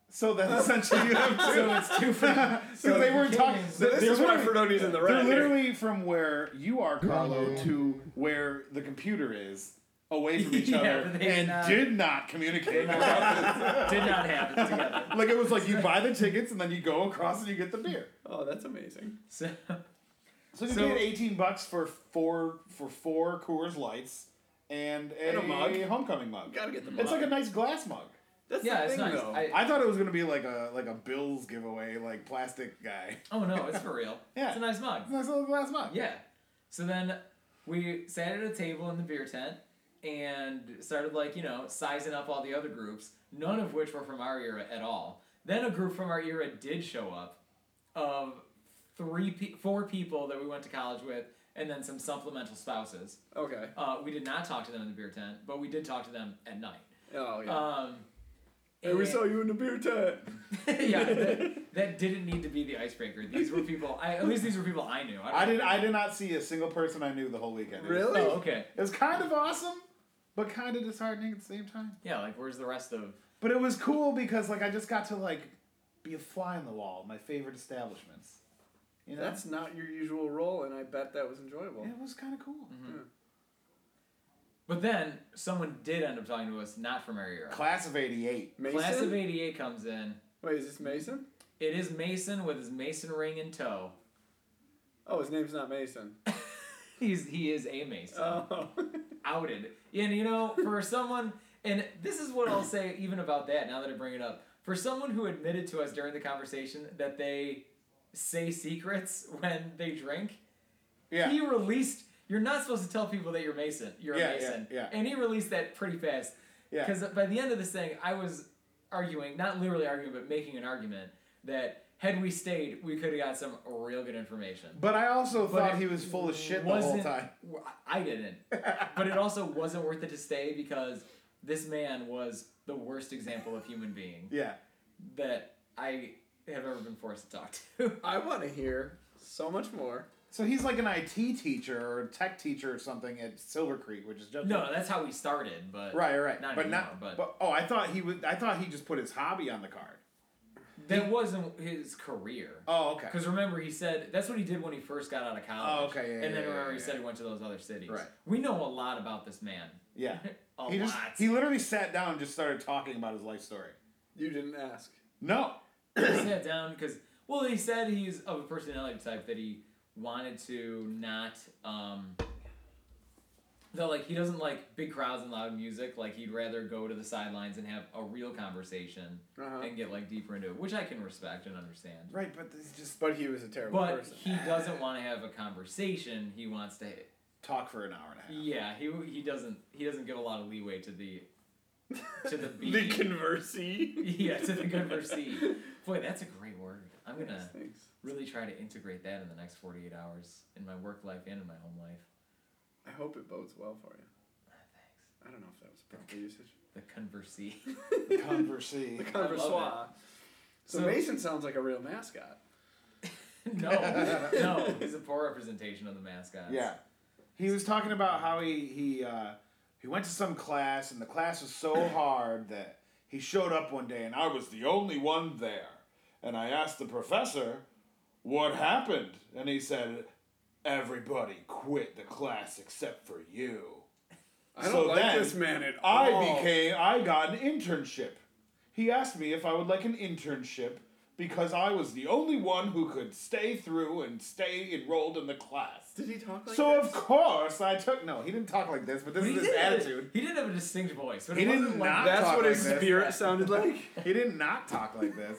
Speaker 3: so then essentially you have two.
Speaker 2: so it's two free
Speaker 3: Because they weren't talking.
Speaker 2: So
Speaker 4: This is why Fredoni's in the
Speaker 3: They're
Speaker 4: red.
Speaker 3: literally from where you are, Carlo, to where the computer is, away from each
Speaker 2: Yeah,
Speaker 3: other,
Speaker 2: but they did
Speaker 3: and
Speaker 2: not-
Speaker 3: did not communicate.
Speaker 2: did not happen together.
Speaker 3: like it was like you buy the tickets and then you go across and you get the beer.
Speaker 4: Oh, that's amazing.
Speaker 2: So
Speaker 3: So you
Speaker 2: So-
Speaker 3: paid eighteen bucks for four for four Coors Lights and a,
Speaker 4: And a mug.
Speaker 3: homecoming mug.
Speaker 4: You gotta get the.
Speaker 3: It's
Speaker 4: mug.
Speaker 3: like a nice glass mug.
Speaker 4: That's
Speaker 2: yeah,
Speaker 4: the
Speaker 2: it's
Speaker 4: thing,
Speaker 2: nice.
Speaker 4: though.
Speaker 2: I,
Speaker 3: I thought it was gonna be like a like a Bills giveaway, like plastic guy.
Speaker 2: oh no, it's for real.
Speaker 3: Yeah.
Speaker 2: it's a nice mug.
Speaker 3: It's a nice little glass mug.
Speaker 2: Yeah. So then we sat at a table in the beer tent and started like you know sizing up all the other groups, none of which were from our era at all. Then a group from our era did show up, of three pe- four people that we went to college with, and then some supplemental spouses.
Speaker 4: okay.
Speaker 2: Uh, we did not talk to them in the beer tent, but we did talk to them at night.
Speaker 4: Oh yeah.
Speaker 2: Um,
Speaker 4: hey, we
Speaker 2: and-
Speaker 4: saw you in the beer tent.
Speaker 2: yeah, that, that didn't need to be the icebreaker. These were people. I, at least these were people I knew. I, don't
Speaker 3: I did
Speaker 2: know.
Speaker 3: I did not see a single person I knew the whole weekend. It was-
Speaker 4: Really?
Speaker 2: Oh, okay.
Speaker 3: It was kind of awesome, but kind of disheartening at the same time.
Speaker 2: Yeah, like where's the rest of?
Speaker 3: But it was cool because like I just got to like be a fly on the wall, my favorite establishments. You know,
Speaker 4: That's not your usual role, and I bet that was enjoyable.
Speaker 3: it was kind of cool.
Speaker 4: Mm.
Speaker 2: But then someone did end up talking to us, not from our era.
Speaker 3: Class of '88.
Speaker 4: Mason.
Speaker 2: Class of '88 comes in.
Speaker 4: Wait, is this Mason?
Speaker 2: It is Mason with his Mason ring in tow.
Speaker 4: Oh, his name's not Mason.
Speaker 2: He's he is a Mason.
Speaker 4: Oh.
Speaker 2: outed. And you know, for someone, and this is what I'll say even about that now that I bring it up. For someone who admitted to us during the conversation that they say secrets when they drink,
Speaker 3: Yeah.
Speaker 2: he released. You're not supposed to tell people that you're Mason. You're
Speaker 3: Yeah,
Speaker 2: a
Speaker 3: yeah,
Speaker 2: Mason.
Speaker 3: yeah.
Speaker 2: And he released that pretty fast.
Speaker 3: Yeah.
Speaker 2: Because by the end of this thing, I was arguing, not literally arguing, but making an argument that had we stayed, we could have got some real good information.
Speaker 3: But I also
Speaker 2: But
Speaker 3: thought
Speaker 2: it
Speaker 3: he was full of shit the whole time.
Speaker 2: w- I didn't. but it also wasn't worth it to stay because this man was the worst example of human being
Speaker 3: Yeah.
Speaker 2: that I have ever been forced to talk to.
Speaker 4: I want to hear so much more.
Speaker 3: So he's like an IT teacher or a tech teacher or something at Silver Creek, which is just
Speaker 2: no, that's how we started, but
Speaker 3: Right, right,
Speaker 2: Not
Speaker 3: but
Speaker 2: anymore,
Speaker 3: not.
Speaker 2: but-
Speaker 3: oh, I thought he was. I thought he just put his hobby on the card.
Speaker 2: that wasn't his career.
Speaker 3: Oh, okay.
Speaker 2: Because remember, he said that's what he did when he first got out of college.
Speaker 3: Oh, okay, yeah,
Speaker 2: and
Speaker 3: yeah,
Speaker 2: then
Speaker 3: yeah,
Speaker 2: remember,
Speaker 3: yeah,
Speaker 2: he
Speaker 3: yeah.
Speaker 2: said he went to those other cities.
Speaker 3: Right.
Speaker 2: We know a lot about this man.
Speaker 3: Yeah.
Speaker 2: A
Speaker 3: he
Speaker 2: lot.
Speaker 3: just. He literally sat down and just started talking about his life story.
Speaker 4: You didn't ask.
Speaker 3: No.
Speaker 2: sat down because well he said he's of a personality type that he wanted to not um though like he doesn't like big crowds and loud music like he'd rather go to the sidelines and have a real conversation
Speaker 4: Uh-huh.
Speaker 2: and get like deeper into it which i can respect and understand
Speaker 3: Right, but this is just
Speaker 4: But he was a terrible
Speaker 2: but
Speaker 4: person.
Speaker 2: he doesn't want to have a conversation he wants to
Speaker 3: talk for an hour and a
Speaker 2: yeah
Speaker 3: half.
Speaker 2: he he doesn't he doesn't give a lot of leeway to the to the beat
Speaker 4: the conversee.
Speaker 2: yeah to the conversee boy that's a great word i'm gonna
Speaker 4: Thanks.
Speaker 2: really try to integrate that in the next 48 hours in my work life and in my home life.
Speaker 4: I hope it bodes well for you.
Speaker 2: Ah, Thanks.
Speaker 4: I don't know if that was proper usage.
Speaker 2: The conversee.
Speaker 4: The
Speaker 3: Conversee.
Speaker 4: conversoir. So,
Speaker 2: So-
Speaker 4: Mason sounds like a real mascot.
Speaker 2: no, no, he's a poor representation of the mascots.
Speaker 3: Yeah. He was talking about how he he uh, he went to some class and the class was so hard that he showed up one day and I was the only one there. And I asked the professor, "What happened?" And he said, "Everybody quit the class except for you."
Speaker 4: I don't
Speaker 3: So
Speaker 4: like
Speaker 3: then,
Speaker 4: this man at
Speaker 3: I
Speaker 4: all.
Speaker 3: became I got an internship. He asked me if I would like an internship because I was the only one who could stay through and stay enrolled in the class.
Speaker 4: Did he talk like
Speaker 3: So
Speaker 4: this?
Speaker 3: of course I took no, he didn't talk like this, but this
Speaker 2: But he
Speaker 3: is his
Speaker 2: did have a-
Speaker 3: attitude.
Speaker 2: he did have a distinct voice, but
Speaker 3: He
Speaker 2: it
Speaker 3: did
Speaker 2: wasn't like
Speaker 3: not.
Speaker 4: That's
Speaker 3: talk
Speaker 4: what
Speaker 3: like
Speaker 4: his
Speaker 3: this.
Speaker 4: spirit sounded like.
Speaker 3: He did not talk like this.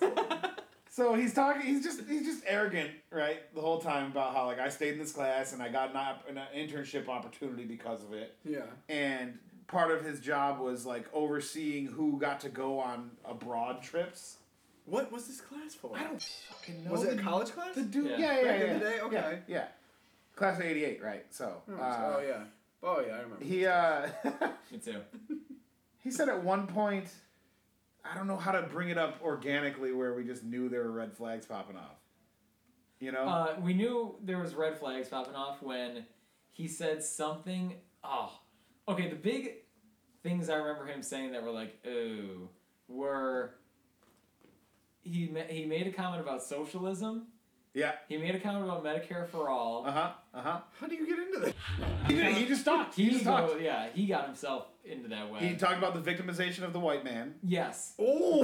Speaker 3: so he's talking he's just he's just arrogant, right? The whole time about how like I stayed in this class and I got an, op- an internship opportunity because of it.
Speaker 4: yeah.
Speaker 3: and part of his job was like overseeing who got to go on abroad trips.
Speaker 4: What was this class for?
Speaker 3: I don't fucking know.
Speaker 4: was it a
Speaker 3: the-
Speaker 4: college class?
Speaker 3: The dude,
Speaker 2: Yeah.
Speaker 3: yeah, yeah, yeah.
Speaker 4: Back in
Speaker 3: yeah,
Speaker 4: the day?
Speaker 3: yeah,
Speaker 4: Okay.
Speaker 3: yeah. Class of '88, right? So,
Speaker 4: Oh,
Speaker 3: uh,
Speaker 4: oh yeah. Oh yeah, I remember.
Speaker 3: he uh,
Speaker 2: Me too.
Speaker 3: he said at one point, I don't know how to bring it up organically, where we just knew there were red flags popping off. You know,
Speaker 2: Uh, we knew there was red flags popping off when he said something. Oh, okay. The big things I remember him saying that were like, "Ooh," were he ma- he made a comment about socialism.
Speaker 3: yeah.
Speaker 2: He made a comment about Medicare for all.
Speaker 3: Uh huh. Uh huh.
Speaker 4: How do you get into this?
Speaker 3: He, did- he just talked. He,
Speaker 2: He
Speaker 3: just
Speaker 2: go,
Speaker 3: talked.
Speaker 2: yeah, he got himself into that web.
Speaker 3: He talked about the victimization of the white man.
Speaker 2: yes,
Speaker 4: Oh,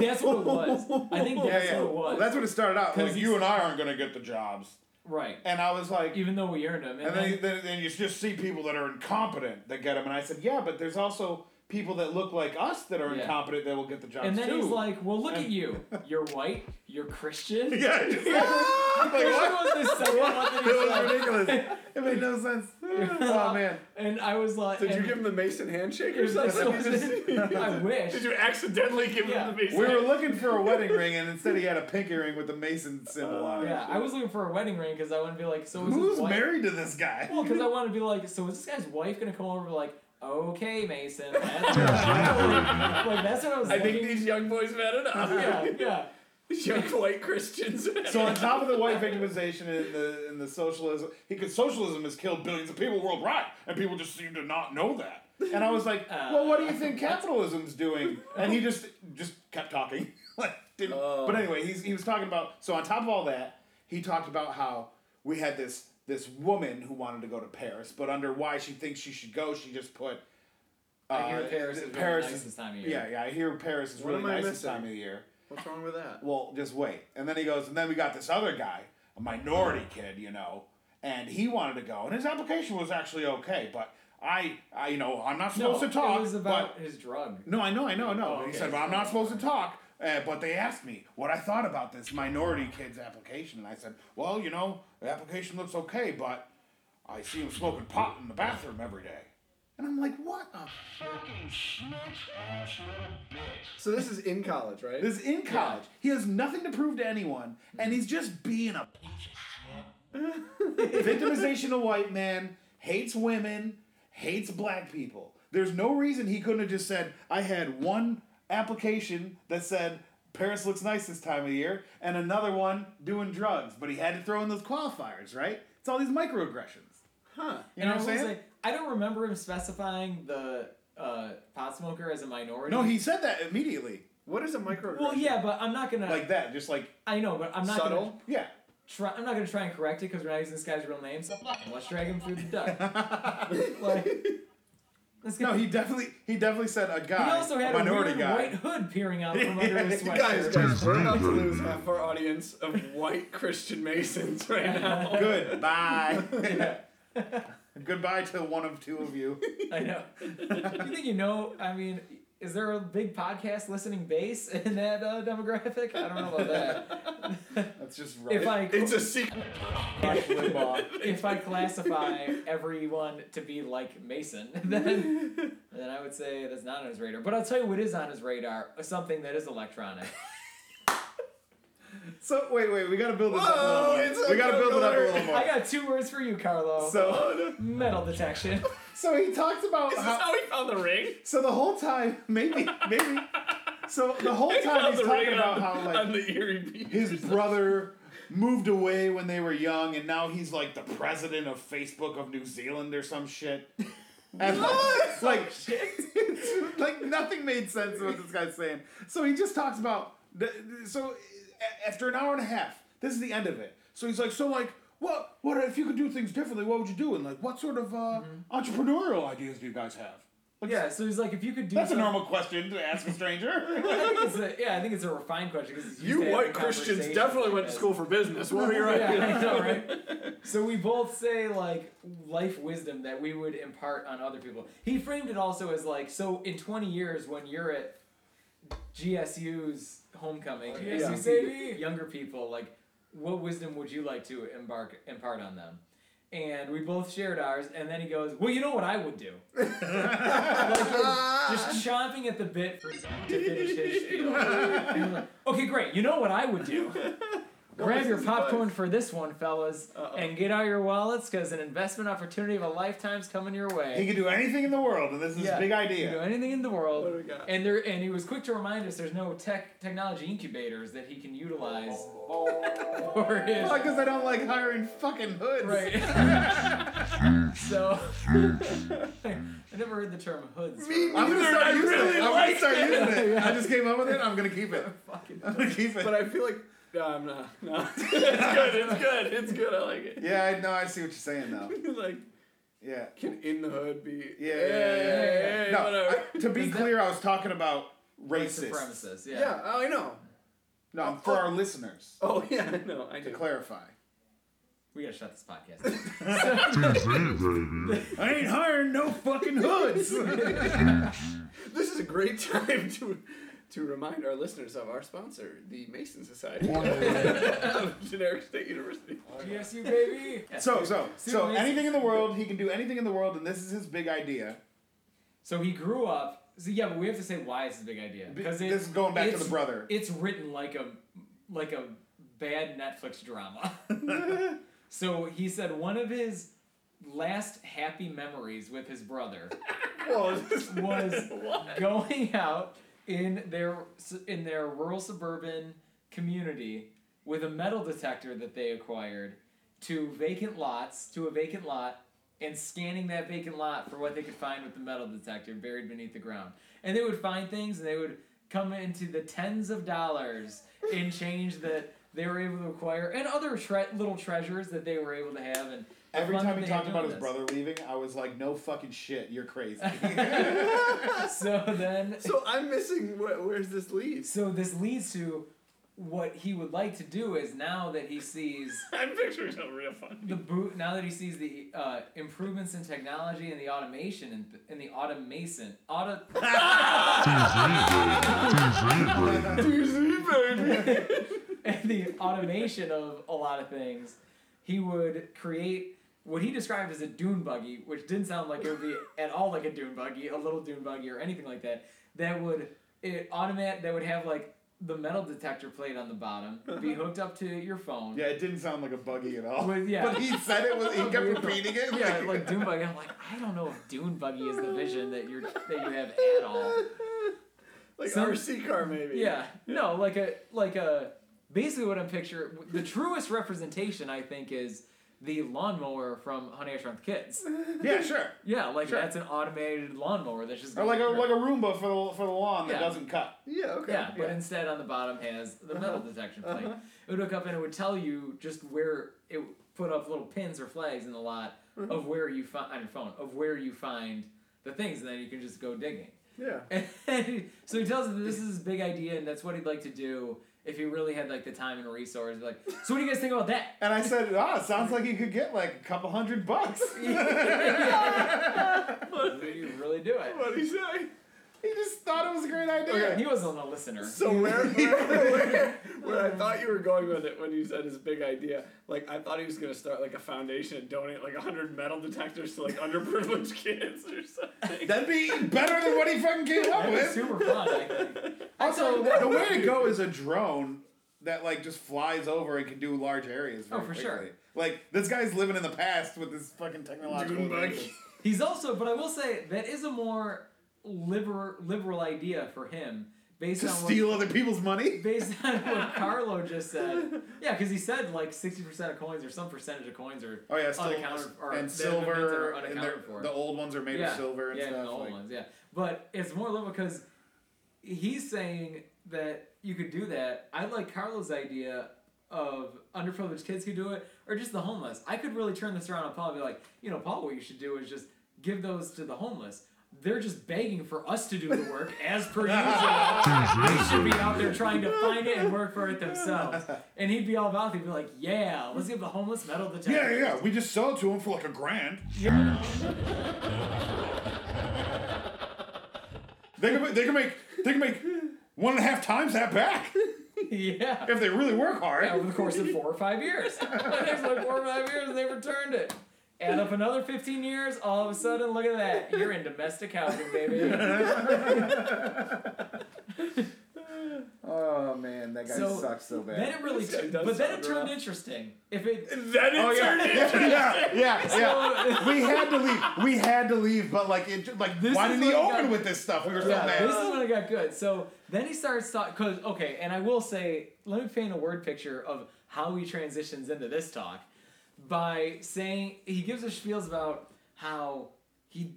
Speaker 2: That's what it was. I think that's
Speaker 3: yeah, yeah.
Speaker 2: what it was.
Speaker 3: That's what it started out.
Speaker 2: 'Cause
Speaker 3: Like
Speaker 2: he's-
Speaker 3: you and I aren't gonna get the jobs,
Speaker 2: right.
Speaker 3: and I was like,
Speaker 2: Even though we earned him, and,
Speaker 3: and
Speaker 2: then,
Speaker 3: then, then, then you just see people that are incompetent that get them, and I said, yeah, but there's also people that look like us that are
Speaker 2: Yeah.
Speaker 3: incompetent that will get the jobs
Speaker 2: and then
Speaker 3: too.
Speaker 2: he's like, "Well, look at
Speaker 3: And-
Speaker 2: you. You're white. You're Christian."
Speaker 3: yeah, just, I'm like,
Speaker 2: Which
Speaker 3: what?
Speaker 2: was the second one that he
Speaker 3: That was
Speaker 2: said.
Speaker 3: ridiculous. It made no sense. oh man.
Speaker 2: And I was like,
Speaker 4: Did you
Speaker 2: and-
Speaker 4: give him the Mason handshake or
Speaker 2: and so-
Speaker 4: something?
Speaker 2: I wish.
Speaker 4: you accidentally give
Speaker 2: Yeah.
Speaker 4: Mason?
Speaker 3: We were looking for a wedding ring, and instead he had a pink earring with the mason symbol on it.
Speaker 2: Yeah, I was looking for a wedding ring because I want to be like, so is
Speaker 3: Who's
Speaker 2: this wife?
Speaker 3: married to this guy?
Speaker 2: Well, because I want to be like, so is this guy's wife gonna come over? and be Like, okay, Mason. That's your wife." like that's what I was.
Speaker 4: I think
Speaker 2: looking-
Speaker 4: these young boys met it up.
Speaker 2: Yeah, yeah.
Speaker 4: These young white Christians.
Speaker 3: So on top of the white victimization and the and the socialism, because socialism has killed billions of people worldwide, and people just seem to not know that. And I was like,
Speaker 2: Uh,
Speaker 3: well, what do you think capitalism's doing? And he just just kept talking, like didn't.
Speaker 4: Oh.
Speaker 3: But anyway, he's, he was talking about. So on top of all that, he talked about how we had this this woman who wanted to go to Paris, but under why she thinks she should go, she just put. Uh,
Speaker 2: I hear Paris is really
Speaker 3: Paris
Speaker 2: nice this time of year.
Speaker 3: Yeah, yeah. I hear Paris is
Speaker 4: What
Speaker 3: really
Speaker 4: am I
Speaker 3: nice this
Speaker 4: missing?
Speaker 3: time of the year
Speaker 4: What's wrong with that?
Speaker 3: well, just wait. And then he goes, and then we got this other guy, a minority kid, you know, and he wanted to go, and his application was actually okay, but I, I you know, I'm not supposed to talk.
Speaker 2: It was about
Speaker 3: but,
Speaker 2: his drug.
Speaker 3: no, I know, I know, I know.
Speaker 2: Oh,
Speaker 3: He
Speaker 2: okay.
Speaker 3: said, well, I'm not supposed to talk. Uh, but they asked me what I thought about this minority kid's application, and I said, well, you know, the application looks okay, but I see him smoking pot in the bathroom every day. And I'm like, what? A-
Speaker 4: So this is in college, right?
Speaker 3: this is in college. He has nothing to prove to anyone, and he's just being a victimization of white man, hates women, hates black people. There's no reason he couldn't have just said, I had one application that said Paris looks nice this time of year, and another one doing drugs. But he had to throw in those qualifiers, right? It's all these microaggressions.
Speaker 4: huh.
Speaker 3: You
Speaker 2: and
Speaker 3: know what I'm
Speaker 2: I will
Speaker 3: saying?
Speaker 2: Say, I don't remember him specifying the uh, pot smoker as a minority.
Speaker 3: no, he said that immediately.
Speaker 4: What is a micro?
Speaker 2: Well, yeah, but I'm not gonna.
Speaker 3: Like that, just like,
Speaker 2: I know, but I'm not gonna
Speaker 4: subtle.
Speaker 3: yeah.
Speaker 2: try. I'm not gonna try and correct it because we're not using this guy's real name. So fuck him, let's drag him through the duck. like, Let's get
Speaker 3: No, he definitely he definitely said a guy,
Speaker 2: He also had
Speaker 3: a
Speaker 2: a
Speaker 3: minority
Speaker 2: weird
Speaker 3: guy.
Speaker 2: white hood peering out from under his
Speaker 3: You
Speaker 4: You
Speaker 2: sweatshirt.
Speaker 4: guys, guys,
Speaker 5: Just
Speaker 4: we're about to
Speaker 5: do it.
Speaker 4: lose half our audience of white Christian Masons right now.
Speaker 3: Good bye. Goodbye to one of two of you.
Speaker 2: I know. you think you know? I mean, is there a big podcast listening base in that uh, demographic? I don't know about that.
Speaker 3: That's just right.
Speaker 2: If I
Speaker 4: It's a secret.
Speaker 3: Rush Limbaugh.
Speaker 2: if I classify everyone to be like Mason, then then I would say that's not on his radar. But I'll tell you what is on his radar: something that is electronic.
Speaker 3: So wait, wait, we gotta build this up a
Speaker 4: Whoa,
Speaker 3: little
Speaker 4: it's
Speaker 3: more.
Speaker 4: a
Speaker 3: We gotta build it up a
Speaker 4: good
Speaker 3: little
Speaker 2: I
Speaker 3: more.
Speaker 2: got two words for you, Carlo.
Speaker 3: So,
Speaker 2: Metal detection.
Speaker 3: so he talked about
Speaker 4: This is
Speaker 3: how,
Speaker 4: how he found the ring.
Speaker 3: so the whole time maybe maybe so the whole
Speaker 4: He
Speaker 3: time
Speaker 4: found
Speaker 3: he's
Speaker 4: the
Speaker 3: talking
Speaker 4: ring
Speaker 3: about
Speaker 4: on,
Speaker 3: how like
Speaker 4: on the Erie Beach.
Speaker 3: his brother moved away when they were young and now he's like the president of Facebook of New Zealand or some shit. And like, like, it's- like, nothing made sense of what this guy's saying. So he just talks about th- th- so a- after an hour and a half, this is the end of it. So he's like, so like what what if you could do things differently, what would you do? And like what sort of uh,
Speaker 2: Mm-hmm.
Speaker 3: entrepreneurial ideas do you guys have? Like
Speaker 2: Yeah. So he's like, if you could do
Speaker 3: that's a
Speaker 2: some-
Speaker 3: normal question to ask a stranger.
Speaker 2: I think it's a, yeah, I think it's a refined question because
Speaker 4: You white Christians definitely went to school for business. What were you right?
Speaker 2: Yeah, I know, right? So we both say like life wisdom that we would impart on other people. He framed it also as like, so in 20 years when you're at GSU's homecoming,
Speaker 4: Yeah.
Speaker 2: and you
Speaker 4: Yeah.
Speaker 2: see younger people, like, what wisdom would you like to embark impart on them? And we both shared ours, and then he goes, "Well, you know what I would do." like you're just chomping at the bit for to finish his spiel. And I'm like, okay, great. You know what I would do? Grab
Speaker 4: was
Speaker 2: your
Speaker 4: his
Speaker 2: popcorn
Speaker 4: advice?
Speaker 2: for this one, fellas, and get out your wallets because an investment opportunity of a lifetime's coming your
Speaker 3: he
Speaker 2: way.
Speaker 3: could do anything in the world and this is
Speaker 2: Yeah.
Speaker 3: his big
Speaker 2: You can do
Speaker 3: idea.
Speaker 2: anything in the
Speaker 4: What do we
Speaker 2: world,
Speaker 4: got?
Speaker 2: and there and he was quick to remind us there's no tech technology incubators that he can utilize for his
Speaker 3: Because I don't like hiring fucking hoods.
Speaker 2: right. so I never heard the term hoods.
Speaker 4: Me
Speaker 3: I'm gonna
Speaker 4: Neither,
Speaker 3: start
Speaker 4: I
Speaker 3: using
Speaker 4: really
Speaker 3: it. I'm
Speaker 4: like
Speaker 3: gonna start
Speaker 4: it.
Speaker 3: using it. I just came up with it. I'm gonna keep it. I'm gonna keep it.
Speaker 4: But I feel like no, I'm not. No, it's good. It's good. It's good. I like it.
Speaker 3: yeah, I know. I see what you're saying though.
Speaker 4: like,
Speaker 3: Yeah.
Speaker 4: can in the hood be?
Speaker 3: Yeah. yeah, yeah, yeah,
Speaker 4: Hey,
Speaker 3: yeah. No.
Speaker 4: whatever.
Speaker 3: I- to be
Speaker 2: Is that-
Speaker 3: clear, I was talking about
Speaker 2: White
Speaker 3: racist.
Speaker 2: supremacists.
Speaker 4: yeah. oh, I know.
Speaker 3: No, for our listeners
Speaker 4: Oh yeah, I know. I
Speaker 3: to
Speaker 4: do.
Speaker 3: clarify.
Speaker 2: We gotta shut this podcast. down.
Speaker 5: baby.
Speaker 3: I ain't hiring no fucking hoods.
Speaker 4: This is a great time to to remind our listeners of our sponsor, the Mason Society of Generic State University.
Speaker 2: GSU baby.
Speaker 3: so, so, so,
Speaker 2: Seriously?
Speaker 3: anything in the world, he can do anything in the world, and this is his big idea.
Speaker 2: So he grew up. So yeah, but we have to say why it's a big idea because it,
Speaker 3: This is going back to
Speaker 2: it's-
Speaker 3: the brother.
Speaker 2: It's written like a like a bad Netflix drama. so he said one of his last happy memories with his brother
Speaker 4: Well, this is
Speaker 2: was going out in their in their rural suburban community with a metal detector that they acquired to vacant lots to a vacant lot and scanning that vacant lot for what they could find with the metal detector buried beneath the ground and they would find things and they would come into the tens of dollars in change that they were able to acquire and other tre- little treasures that they were able to have and the
Speaker 3: Every
Speaker 2: fun
Speaker 3: time
Speaker 2: that
Speaker 3: he
Speaker 2: they had
Speaker 3: talked about
Speaker 2: doing this.
Speaker 3: his brother leaving, I was like, no fucking shit, you're crazy.
Speaker 2: so then
Speaker 4: so I'm missing. Where, where's this lead?
Speaker 2: So this leads to what he would like to do is now that he sees
Speaker 4: I'm picturing something real fun.
Speaker 2: the boot, now that he sees the uh, improvements in technology and the automation and, and the automation, auto, and the automation of a lot of things, he would create what he described as a dune buggy, which didn't sound like it would be at all like a dune buggy, a little dune buggy or anything like that. That would it automat that would have like the metal detector plate on the bottom, be hooked up to your phone.
Speaker 3: Yeah, it didn't sound like a buggy at all.
Speaker 2: Well, yeah.
Speaker 3: But he said it was he kept
Speaker 2: Weird.
Speaker 3: repeating it.
Speaker 2: Yeah, like Dune Buggy. I'm like, I don't know if Dune Buggy is the vision that you're that you have at all.
Speaker 4: Like
Speaker 2: Some-
Speaker 4: RC car maybe.
Speaker 2: Yeah, no, like a like a basically what I'm picturing. The truest representation I think is the lawnmower from Honey I Shrunk the Kids.
Speaker 3: Yeah, sure.
Speaker 2: Yeah, like
Speaker 3: Sure.
Speaker 2: that's an automated lawnmower that's just
Speaker 3: Or like a
Speaker 2: going-
Speaker 3: like a Roomba for the for the lawn
Speaker 2: Yeah.
Speaker 3: that doesn't cut.
Speaker 4: Yeah. Okay.
Speaker 2: yeah, but instead on the bottom has the
Speaker 3: Uh-huh.
Speaker 2: metal detection plate. It would hook up and it would tell you just where it
Speaker 3: Mm-hmm.
Speaker 2: would put up little pins or flags in the lot of where you find on your phone of where you find the things, and then you can just go digging.
Speaker 4: Yeah.
Speaker 2: so he tells us that this is his big idea, and that's what he'd like to do if he really had like the time and resources. Like, so what do you guys think about that?
Speaker 3: And I said, ah, it sounds like you could get like a couple hundred bucks.
Speaker 2: Would you really do it?
Speaker 4: What do you say?
Speaker 3: He just thought it was a great idea.
Speaker 2: He wasn't a listener.
Speaker 4: So where, where, where, where I thought you were going with it when you said his big idea, like I thought he was gonna start like a foundation and donate like hundred metal detectors to like underprivileged kids or something.
Speaker 3: That'd be better than what he fucking came up
Speaker 2: That was
Speaker 3: with.
Speaker 2: super fun. I think.
Speaker 3: Also,
Speaker 2: Actually,
Speaker 3: the way to go is a drone that like just flies over and can do large areas. Very
Speaker 2: Oh, for
Speaker 3: quickly.
Speaker 2: sure.
Speaker 3: Like this guy's living in the past with this fucking technological.
Speaker 4: Dune buggy.
Speaker 3: advances.
Speaker 2: He's also, but I will say that is a more liberal liberal idea for him based
Speaker 3: To
Speaker 2: on
Speaker 3: steal
Speaker 2: what,
Speaker 3: other people's money.
Speaker 2: based on what Carlo just said. Yeah, because he said like sixty percent of coins or some percentage of coins are
Speaker 3: Oh yeah, still
Speaker 2: unaccounted or
Speaker 3: and
Speaker 2: that means
Speaker 3: silver.
Speaker 2: are
Speaker 3: And
Speaker 2: unaccounted
Speaker 3: they're-
Speaker 2: for.
Speaker 3: the old ones are made
Speaker 2: yeah,
Speaker 3: of silver and
Speaker 2: yeah,
Speaker 3: stuff.
Speaker 2: the old
Speaker 3: like-
Speaker 2: ones, yeah. But it's more liberal because he's saying that you could do that. I like Carlo's idea of underprivileged kids who do it, or just the homeless. I could really turn this around on Paul and be like, you know, Paul, what you should do is just give those to the homeless. They're just begging for us to do the work as per usual. They should be out there trying to find it and work for it themselves. And he'd be all about it. He'd be like, yeah, let's give the homeless metal detector.
Speaker 3: Yeah, yeah, we just sell it to him for like a grand. they can ma- they can make they can make one and a half times that back
Speaker 2: yeah.
Speaker 3: if they really work hard.
Speaker 2: over the course of four or five years. There's like four or five years, they returned it. Add up another 15 years, all of a sudden, look at that. You're in domestic housing, baby.
Speaker 3: Oh man, that guy
Speaker 2: So,
Speaker 3: sucks so bad.
Speaker 2: Then it really,
Speaker 4: This guy does
Speaker 2: but then it
Speaker 4: sound
Speaker 2: turned
Speaker 4: rough.
Speaker 2: interesting. If it,
Speaker 4: Then it
Speaker 3: Oh yeah,
Speaker 4: turned
Speaker 3: yeah, yeah, yeah, yeah. We had to leave. We had to leave, but like, it, like,
Speaker 2: This
Speaker 3: why
Speaker 2: is
Speaker 3: didn't he
Speaker 2: what we
Speaker 3: open
Speaker 2: got-
Speaker 3: with this stuff? We were so
Speaker 2: yeah,
Speaker 3: mad.
Speaker 2: this is when it got good. So then he starts talking, cause okay, and I will say, let me paint a word picture of how he transitions into this talk by saying he gives us spiels about how he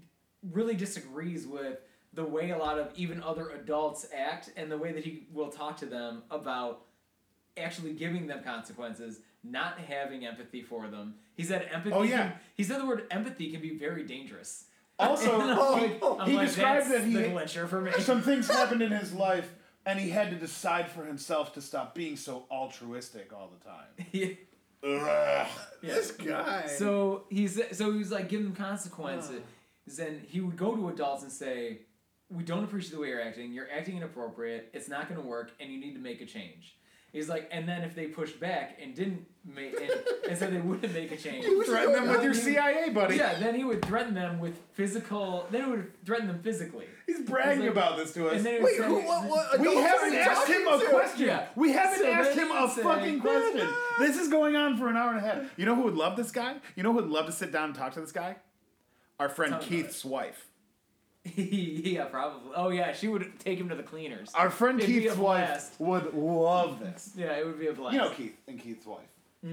Speaker 2: really disagrees with the way a lot of even other adults act and the way that he will talk to them about actually giving them consequences, not having empathy for them. He said empathy.
Speaker 3: Oh,
Speaker 2: can-
Speaker 3: yeah.
Speaker 2: he said the word empathy can be very dangerous.
Speaker 3: Also, oh,
Speaker 2: And I'm like-
Speaker 3: he,
Speaker 2: I'm
Speaker 3: he
Speaker 2: like,
Speaker 3: described
Speaker 2: "That's
Speaker 3: that he
Speaker 2: the glitcher for me.
Speaker 3: some things happened in his life, and he had to decide for himself to stop being so altruistic all the time.
Speaker 2: Yeah.
Speaker 3: Ugh.
Speaker 4: This guy.
Speaker 2: So he's so he was like give them consequences, and he would go to adults and say, "We don't appreciate the way you're acting. You're acting inappropriate. It's not going to work, and you need to make a change." He's like, and then if they pushed back and didn't make, and, and so they wouldn't make a change.
Speaker 3: Threaten them with your
Speaker 2: Yeah.
Speaker 3: CIA buddy.
Speaker 2: Yeah, then he would threaten them with physical. Then he would threaten them physically.
Speaker 3: He's bragging
Speaker 2: He's like-
Speaker 3: about this to us.
Speaker 2: And then he would
Speaker 4: Wait,
Speaker 2: say-
Speaker 4: who? What? what
Speaker 3: We
Speaker 4: adults are
Speaker 3: haven't
Speaker 4: you
Speaker 3: asked
Speaker 4: talking
Speaker 3: him a
Speaker 4: to?
Speaker 3: question.
Speaker 2: Yeah.
Speaker 3: We haven't
Speaker 2: So
Speaker 3: asked
Speaker 2: then
Speaker 3: him
Speaker 2: he
Speaker 3: a
Speaker 2: would say-
Speaker 3: fucking question. this is going on for an hour and a half. You know who would love this guy? You know who would love to sit down and talk to this guy? Our friend
Speaker 2: Tell me about
Speaker 3: Keith's wife.
Speaker 2: yeah, probably. Oh yeah, she would take him to the cleaners.
Speaker 3: Our friend
Speaker 2: It'd be
Speaker 3: Keith's
Speaker 2: a
Speaker 3: wife
Speaker 2: blast.
Speaker 3: would love this.
Speaker 2: Yeah, it would be a blast.
Speaker 3: You know Keith and Keith's wife.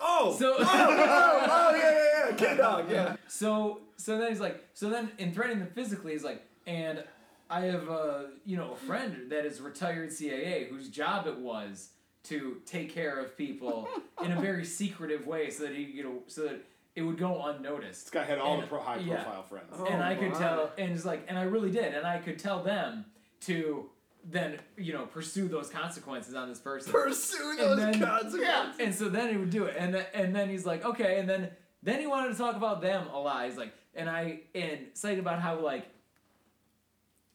Speaker 4: Oh.
Speaker 2: Mm. so.
Speaker 4: oh, oh, yeah, yeah, yeah. Kid dog. Yeah.
Speaker 2: So so then he's like so then in threatening them physically he's like and I have a you know a friend that is retired CIA whose job it was to take care of people in a very secretive way so that he you know so that it would go unnoticed.
Speaker 3: This guy had all
Speaker 2: And-
Speaker 3: the pro- high
Speaker 2: yeah.
Speaker 3: profile friends.
Speaker 4: Oh.
Speaker 2: and I could
Speaker 4: my.
Speaker 2: tell and it's like and I really did and I could tell them to then you know pursue those consequences on this person.
Speaker 4: Pursue those
Speaker 2: then-
Speaker 4: consequences.
Speaker 2: And so then he would do it, and th- and then he's like, okay, and then then he wanted to talk about them a lot. He's like, and I and saying about how like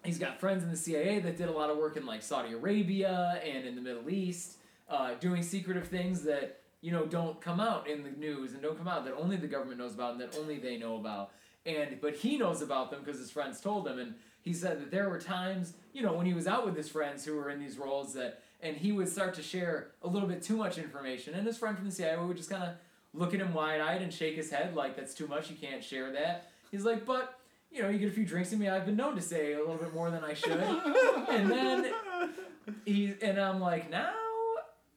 Speaker 2: he's got friends in the CIA that did a lot of work in like Saudi Arabia and in the Middle East, uh, doing secretive things that you know don't come out in the news and don't come out that only the government knows about and that only they know about. And but he knows about them because his friends told him. And he said that there were times, you know, when he was out with his friends who were in these roles that, and he would start to share a little bit too much information. And his friend from the CIA would just kind of look at him wide eyed and shake his head like that's too much. You can't share that. He's like, but you know, you get a few drinks in me. I've been known to say a little bit more than I should. and then he and I'm like, now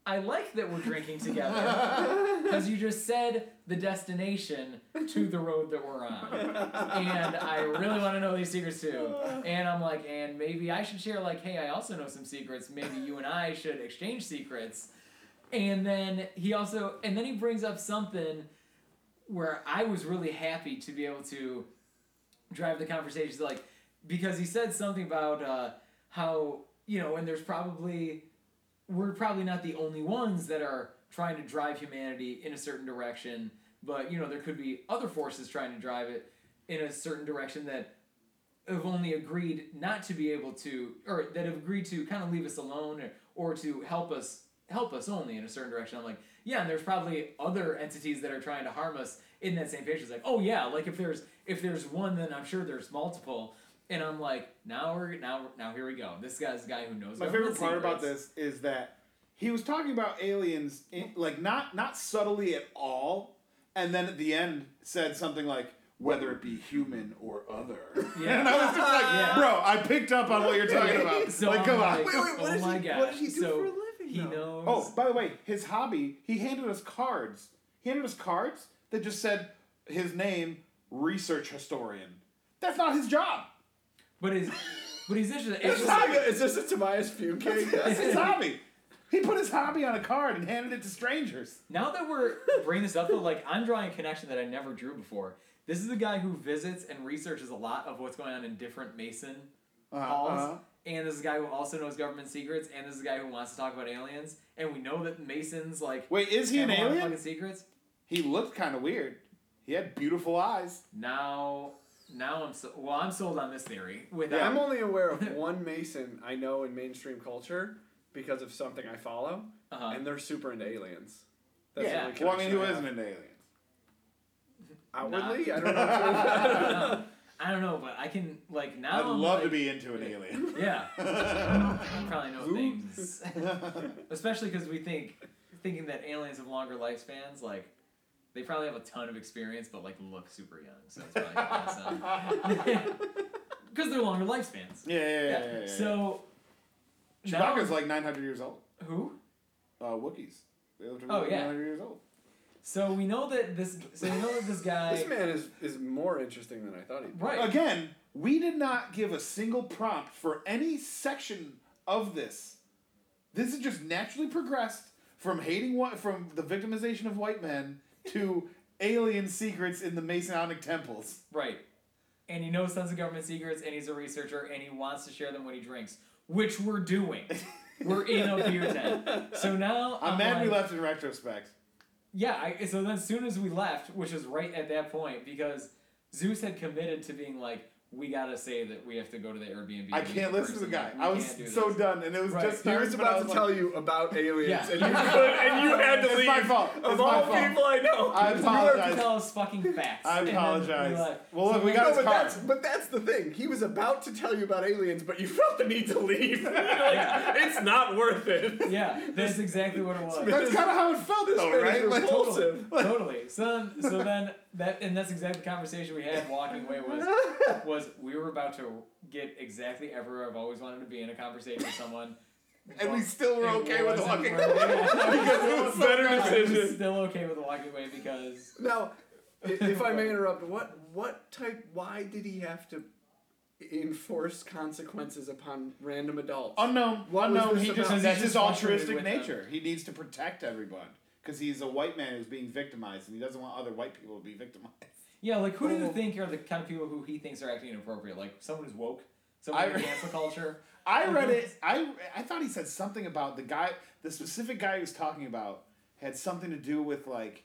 Speaker 2: I like that we're drinking together because you just said the destination to the road that we're on, and I really want to know these secrets too. And I'm like, and maybe I should share like, hey, I also know some secrets. Maybe you and I should exchange secrets. And then he also, and then he brings up something where I was really happy to be able to drive the conversation like because he said something about uh, how you know and there's probably we're probably not the only ones that are trying to drive humanity in a certain direction but you know there could be other forces trying to drive it in a certain direction that have only agreed not to be able to or that have agreed to kind of leave us alone or, or to help us help us only in a certain direction i'm like yeah and there's probably other entities that are trying to harm us in that same page it's like oh yeah like if there's if there's one then i'm sure there's multiple and i'm like now we're now now here we go this guy's the guy who knows
Speaker 3: My
Speaker 2: government
Speaker 3: favorite part about
Speaker 2: secrets.
Speaker 3: this is that he was talking about aliens, in, like not not subtly at all, and then at the end said something like, "Whether it be human or other."
Speaker 2: Yeah.
Speaker 3: and I was just like,
Speaker 2: Yeah.
Speaker 3: "Bro, I picked up on what you're talking about.
Speaker 2: So
Speaker 3: like,
Speaker 2: I'm
Speaker 3: come
Speaker 2: like,
Speaker 3: on."
Speaker 4: Wait, wait, what
Speaker 2: oh
Speaker 4: does
Speaker 2: my
Speaker 4: he-
Speaker 2: gosh.
Speaker 4: what does he do
Speaker 2: so
Speaker 4: for a living,
Speaker 2: He
Speaker 4: though?
Speaker 2: knows.
Speaker 3: Oh, by the way, his hobby, he handed us cards. He handed us cards that just said his name, research historian. That's not his job.
Speaker 2: but he's but he's interesting.
Speaker 4: Is
Speaker 2: It's
Speaker 4: this,
Speaker 2: just-
Speaker 4: like a, is this a Tobias Fume cake?
Speaker 3: That's his hobby. He put his hobby on a card and handed it to strangers.
Speaker 2: now that we're bringing this up though, like I'm drawing a connection that I never drew before. This is a guy who visits and researches a lot of what's going on in different Mason halls.
Speaker 3: Uh-huh.
Speaker 2: And this is a guy who also knows government secrets, and this is a guy who wants to talk about aliens. And we know that Masons like
Speaker 3: Wait, is he
Speaker 2: have
Speaker 3: an
Speaker 2: a lot of
Speaker 3: alien?
Speaker 2: fucking secrets.
Speaker 3: He looked kind of weird. He had beautiful eyes.
Speaker 2: Now, now I'm so well. I'm sold on this theory. Without
Speaker 4: I'm only aware of one Mason I know in mainstream culture because of something I follow,
Speaker 2: Uh-huh.
Speaker 4: and they're super into aliens. That's
Speaker 2: Yeah.
Speaker 4: the only
Speaker 3: Well, I
Speaker 4: connection
Speaker 3: mean, who
Speaker 4: have.
Speaker 3: isn't an alien?
Speaker 4: Outwardly, I don't know.
Speaker 2: I don't know. I don't know, but I can like now.
Speaker 3: I'd
Speaker 2: am
Speaker 3: love
Speaker 2: like,
Speaker 3: to be into an alien.
Speaker 2: Yeah. I probably know things. Especially because we think, thinking that aliens have longer lifespans, like, they probably have a ton of experience, but, like, look super young. So it's probably Because they're longer lifespans.
Speaker 3: yeah, yeah, yeah. yeah, yeah, yeah.
Speaker 2: So. now-
Speaker 3: Chewbacca's like 900 years old.
Speaker 2: Who?
Speaker 3: Uh, Wookiees. They lived to be
Speaker 2: Oh, yeah.
Speaker 3: 900 years old.
Speaker 2: So we know that this. So we know that this guy.
Speaker 4: this man is, is more interesting than I thought he'd be.
Speaker 2: right.
Speaker 3: Again, we did not give a single prompt for any section of this. This is just naturally progressed from hating what from the victimization of white men to alien secrets in the Masonic temples.
Speaker 2: Right. And he knows tons of government secrets, and he's a researcher, and he wants to share them when he drinks, which we're doing. we're in a beer tent. So now
Speaker 3: I'm mad we
Speaker 2: like-
Speaker 3: left in retrospect.
Speaker 2: Yeah. I, so then, as soon as we left, which is right at that point, because Zeus had committed to being like, "We gotta say that we have to go to the Airbnb."
Speaker 3: I
Speaker 2: and meet
Speaker 3: can't
Speaker 2: the
Speaker 3: listen to the
Speaker 2: person.
Speaker 3: guy.
Speaker 2: We
Speaker 3: I
Speaker 2: can't
Speaker 3: was
Speaker 2: do
Speaker 3: so
Speaker 2: this."
Speaker 3: done, and it was
Speaker 2: Right.
Speaker 3: just
Speaker 4: He
Speaker 3: starting,
Speaker 4: was
Speaker 3: but I
Speaker 4: about to
Speaker 3: was like,
Speaker 4: tell you about aliens,
Speaker 2: Yeah.
Speaker 4: and, you could, and you had to
Speaker 3: It's
Speaker 4: leave.
Speaker 3: my fault. It's
Speaker 4: of
Speaker 3: my
Speaker 4: all
Speaker 3: fault.
Speaker 4: people I know,
Speaker 3: I
Speaker 4: you are-
Speaker 2: You have to
Speaker 3: apologize.
Speaker 2: tell us fucking facts.
Speaker 3: I
Speaker 2: And then we
Speaker 3: apologize.
Speaker 2: left.
Speaker 3: Well, look,
Speaker 2: So
Speaker 3: we
Speaker 2: then-
Speaker 3: got
Speaker 4: No,
Speaker 3: his
Speaker 4: but
Speaker 3: card.
Speaker 4: that's but that's the thing. He was about to tell you about aliens, but you felt the need to leave. Like,
Speaker 2: Yeah.
Speaker 4: It's not worth it.
Speaker 2: Yeah, that's exactly what it was.
Speaker 3: That's kind of how it felt,
Speaker 4: This
Speaker 3: though,
Speaker 4: man is
Speaker 3: right? Like,
Speaker 4: repulsive.
Speaker 2: totally. So then, so then that and that's exactly the conversation we had walking away was was we were about to get exactly everywhere I've always wanted to be in a conversation with someone.
Speaker 3: and we still were
Speaker 2: It
Speaker 3: okay with
Speaker 2: wasn't
Speaker 3: walking.
Speaker 2: where we got.
Speaker 4: better
Speaker 2: I was still okay with walking away because
Speaker 4: Now, i- if I may interrupt, what what type? Why did he have to enforce consequences upon random adults?
Speaker 3: Unknown.
Speaker 4: What was
Speaker 3: unknown.
Speaker 4: this
Speaker 3: He just
Speaker 4: about?
Speaker 3: that's
Speaker 2: He's
Speaker 3: his
Speaker 2: just frustrated
Speaker 3: altruistic
Speaker 2: with them.
Speaker 3: nature. He needs to protect everyone because he's a white man who's being victimized, and he doesn't want other white people to be victimized.
Speaker 2: yeah, like who do you
Speaker 4: Oh.
Speaker 2: think are the kind of people who he thinks are acting inappropriate? Like someone who's woke, someone
Speaker 3: I
Speaker 2: in
Speaker 3: re-
Speaker 2: cancel culture.
Speaker 3: I read it. I I thought he said something about the guy, the specific guy he was talking about, had something to do with like,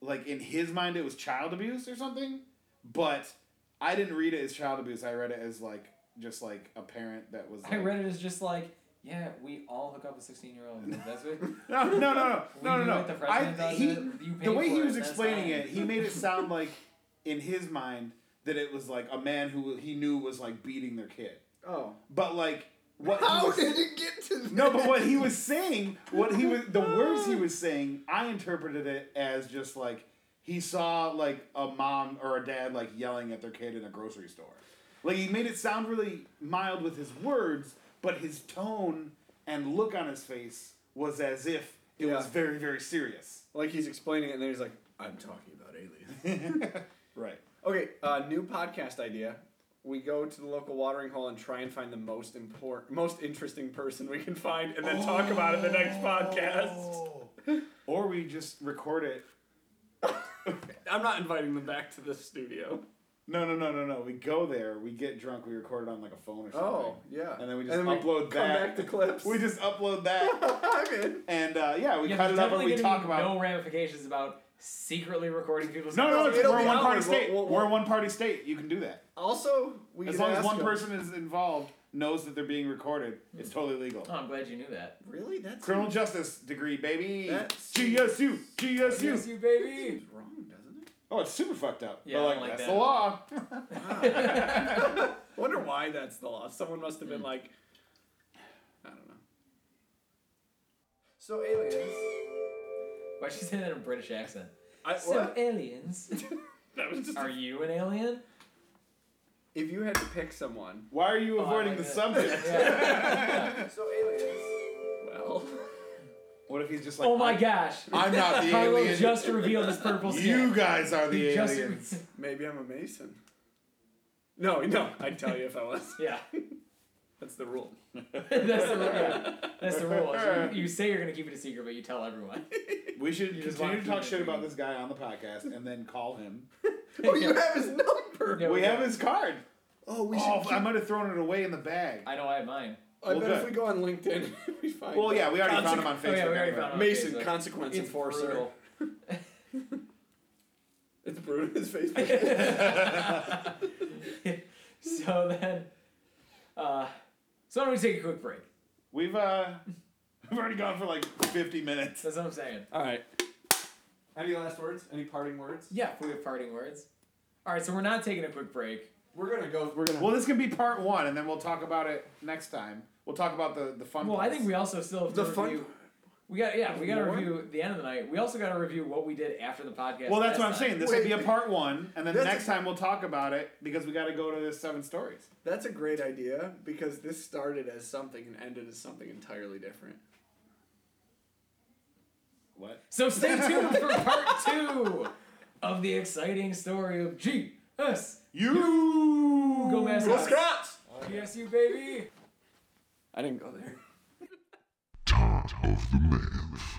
Speaker 3: like in his mind it was child abuse or something. But I didn't read it as child abuse. I read it as like just like a parent that was.
Speaker 2: I
Speaker 3: like-
Speaker 2: read it as just like, yeah, we all hook up with sixteen year olds. That's what.
Speaker 3: No, no, no, no,
Speaker 2: We
Speaker 3: no, no,
Speaker 2: do
Speaker 3: no.
Speaker 2: it, the
Speaker 3: I,
Speaker 2: president does
Speaker 3: he,
Speaker 2: it, you pay
Speaker 3: the way
Speaker 2: for
Speaker 3: he
Speaker 2: it,
Speaker 3: was
Speaker 2: that's
Speaker 3: explaining
Speaker 2: fine.
Speaker 3: it, he made it sound like, in his mind, that it was like a man who he knew was like beating their kid.
Speaker 4: Oh,
Speaker 3: But like what? he
Speaker 4: how
Speaker 3: was-
Speaker 4: did it get to? That?
Speaker 3: no, but what he was saying, what he was, the words he was saying, I interpreted it as just like he saw like a mom or a dad like yelling at their kid in a grocery store. Like he made it sound really mild with his words, but his tone and look on his face was as if it was
Speaker 4: Yeah.
Speaker 3: very, very serious.
Speaker 4: Like he's explaining it, and then he's like, "I'm talking about aliens."
Speaker 3: Right.
Speaker 4: Okay, uh, new podcast idea. We go to the local watering hole and try and find the most important, most interesting person we can find, and then talk about it the next podcast.
Speaker 3: Or we just record it.
Speaker 4: I'm not inviting them back to the studio.
Speaker 3: No, no, no, no, no. We go there. We get drunk. We record it on like a phone or something.
Speaker 4: Oh, yeah.
Speaker 3: And then we just upload
Speaker 4: come
Speaker 3: that.
Speaker 4: back to clips.
Speaker 3: We just upload that,
Speaker 4: I'm in.
Speaker 3: and uh, yeah, we
Speaker 2: Yeah,
Speaker 3: cut
Speaker 2: there's
Speaker 3: it up and
Speaker 2: definitely
Speaker 3: we
Speaker 2: gonna
Speaker 3: talk
Speaker 2: be
Speaker 3: about.
Speaker 2: no ramifications about secretly recording people's.
Speaker 3: No,
Speaker 4: It'll
Speaker 3: no, it's, we're a
Speaker 4: be
Speaker 3: one party
Speaker 4: ours.
Speaker 3: state.
Speaker 4: We'll- we'll-
Speaker 3: we're a one party state. You can do that
Speaker 4: Also, we
Speaker 3: as
Speaker 4: can
Speaker 3: long as
Speaker 4: ask
Speaker 3: one
Speaker 4: him-
Speaker 3: person is involved, knows that they're being recorded. It's totally legal.
Speaker 2: Oh, I'm glad you knew that.
Speaker 4: Really? That's
Speaker 3: Criminal justice degree, baby.
Speaker 4: That's-
Speaker 3: GSU,
Speaker 2: Yes,
Speaker 3: GSU.
Speaker 2: you baby.
Speaker 4: seems wrong, doesn't it?
Speaker 3: Oh, it's super fucked up.
Speaker 2: Yeah,
Speaker 3: but
Speaker 2: I
Speaker 3: like,
Speaker 2: don't like
Speaker 3: that's
Speaker 2: that.
Speaker 3: the law.
Speaker 4: Wonder why that's the law. Someone must have been like, I don't know. So aliens.
Speaker 2: Why'd you say that in a British accent?
Speaker 4: I,
Speaker 2: Some
Speaker 4: what?
Speaker 2: aliens.
Speaker 4: That was just.
Speaker 2: Are you an alien?
Speaker 4: If you had to pick someone.
Speaker 3: Why are you
Speaker 2: Oh, I
Speaker 3: avoiding
Speaker 2: like
Speaker 3: the
Speaker 2: that.
Speaker 3: subject?
Speaker 4: So aliens. Well.
Speaker 3: What if he's just like?
Speaker 2: Oh my
Speaker 3: I-
Speaker 2: gosh.
Speaker 3: I'm not the
Speaker 2: Carlo
Speaker 3: alien.
Speaker 2: just revealed his purple skin.
Speaker 3: you guys are the
Speaker 2: He just-
Speaker 3: aliens.
Speaker 4: Maybe I'm a Mason. No, no, I'd tell you if I was.
Speaker 2: yeah.
Speaker 4: That's the rule.
Speaker 2: That's the rule. yeah. That's the rule. So you, you say you're gonna keep it a secret, but you tell everyone.
Speaker 3: We should
Speaker 2: You just
Speaker 3: continue
Speaker 2: wanna
Speaker 3: to talk
Speaker 2: keep it
Speaker 3: shit about
Speaker 2: between-
Speaker 3: this guy on the podcast and then call him.
Speaker 4: Oh, you have his number.
Speaker 2: Yeah,
Speaker 3: we
Speaker 2: got-
Speaker 3: have his card.
Speaker 4: Oh, we should.
Speaker 3: Oh,
Speaker 4: keep-
Speaker 3: I might have thrown it away in the bag.
Speaker 2: I know I have mine.
Speaker 4: I
Speaker 3: Well,
Speaker 4: bet if
Speaker 3: good.
Speaker 4: we go on LinkedIn, we find.
Speaker 3: well, yeah, we already
Speaker 4: Conse-
Speaker 3: found him on
Speaker 2: Oh,
Speaker 3: Facebook.
Speaker 2: yeah, we already
Speaker 3: anyway.
Speaker 2: found it on
Speaker 4: Mason,
Speaker 2: Facebook.
Speaker 4: consequence
Speaker 2: It's
Speaker 4: enforcer.
Speaker 2: brutal.
Speaker 4: It's brutal. His Facebook.
Speaker 2: so then, uh, so why don't we take a quick break?
Speaker 3: We've uh, we've already gone for like 50 minutes.
Speaker 2: That's what I'm saying.
Speaker 4: All right. Any last words? Any parting words?
Speaker 2: Yeah, if we have parting words. All right, so we're not taking a quick break.
Speaker 4: We're gonna go. We're gonna.
Speaker 3: Well, this can be part one, and then we'll talk about it next time. We'll talk about the the fun.
Speaker 2: Well, I
Speaker 3: parts.
Speaker 2: think we also still have to
Speaker 4: The fun-
Speaker 2: review. We got yeah, we got to
Speaker 4: More?
Speaker 2: review the end of the night. We also got to review what we did after the podcast.
Speaker 3: Well, that's what I'm
Speaker 2: last
Speaker 3: saying.
Speaker 2: time.
Speaker 3: This
Speaker 4: Wait,
Speaker 3: will be a part one, and then
Speaker 4: that's
Speaker 3: next
Speaker 4: a-
Speaker 3: time we'll talk about it because we got to go to the seven stories.
Speaker 4: That's a great idea because this started as something and ended as something entirely different.
Speaker 3: What?
Speaker 2: So stay tuned for part two of the exciting story of G S
Speaker 3: You
Speaker 2: Go Mass
Speaker 4: Go Scots!
Speaker 2: PSU baby.
Speaker 4: I didn't go there.
Speaker 5: Taunt of the man.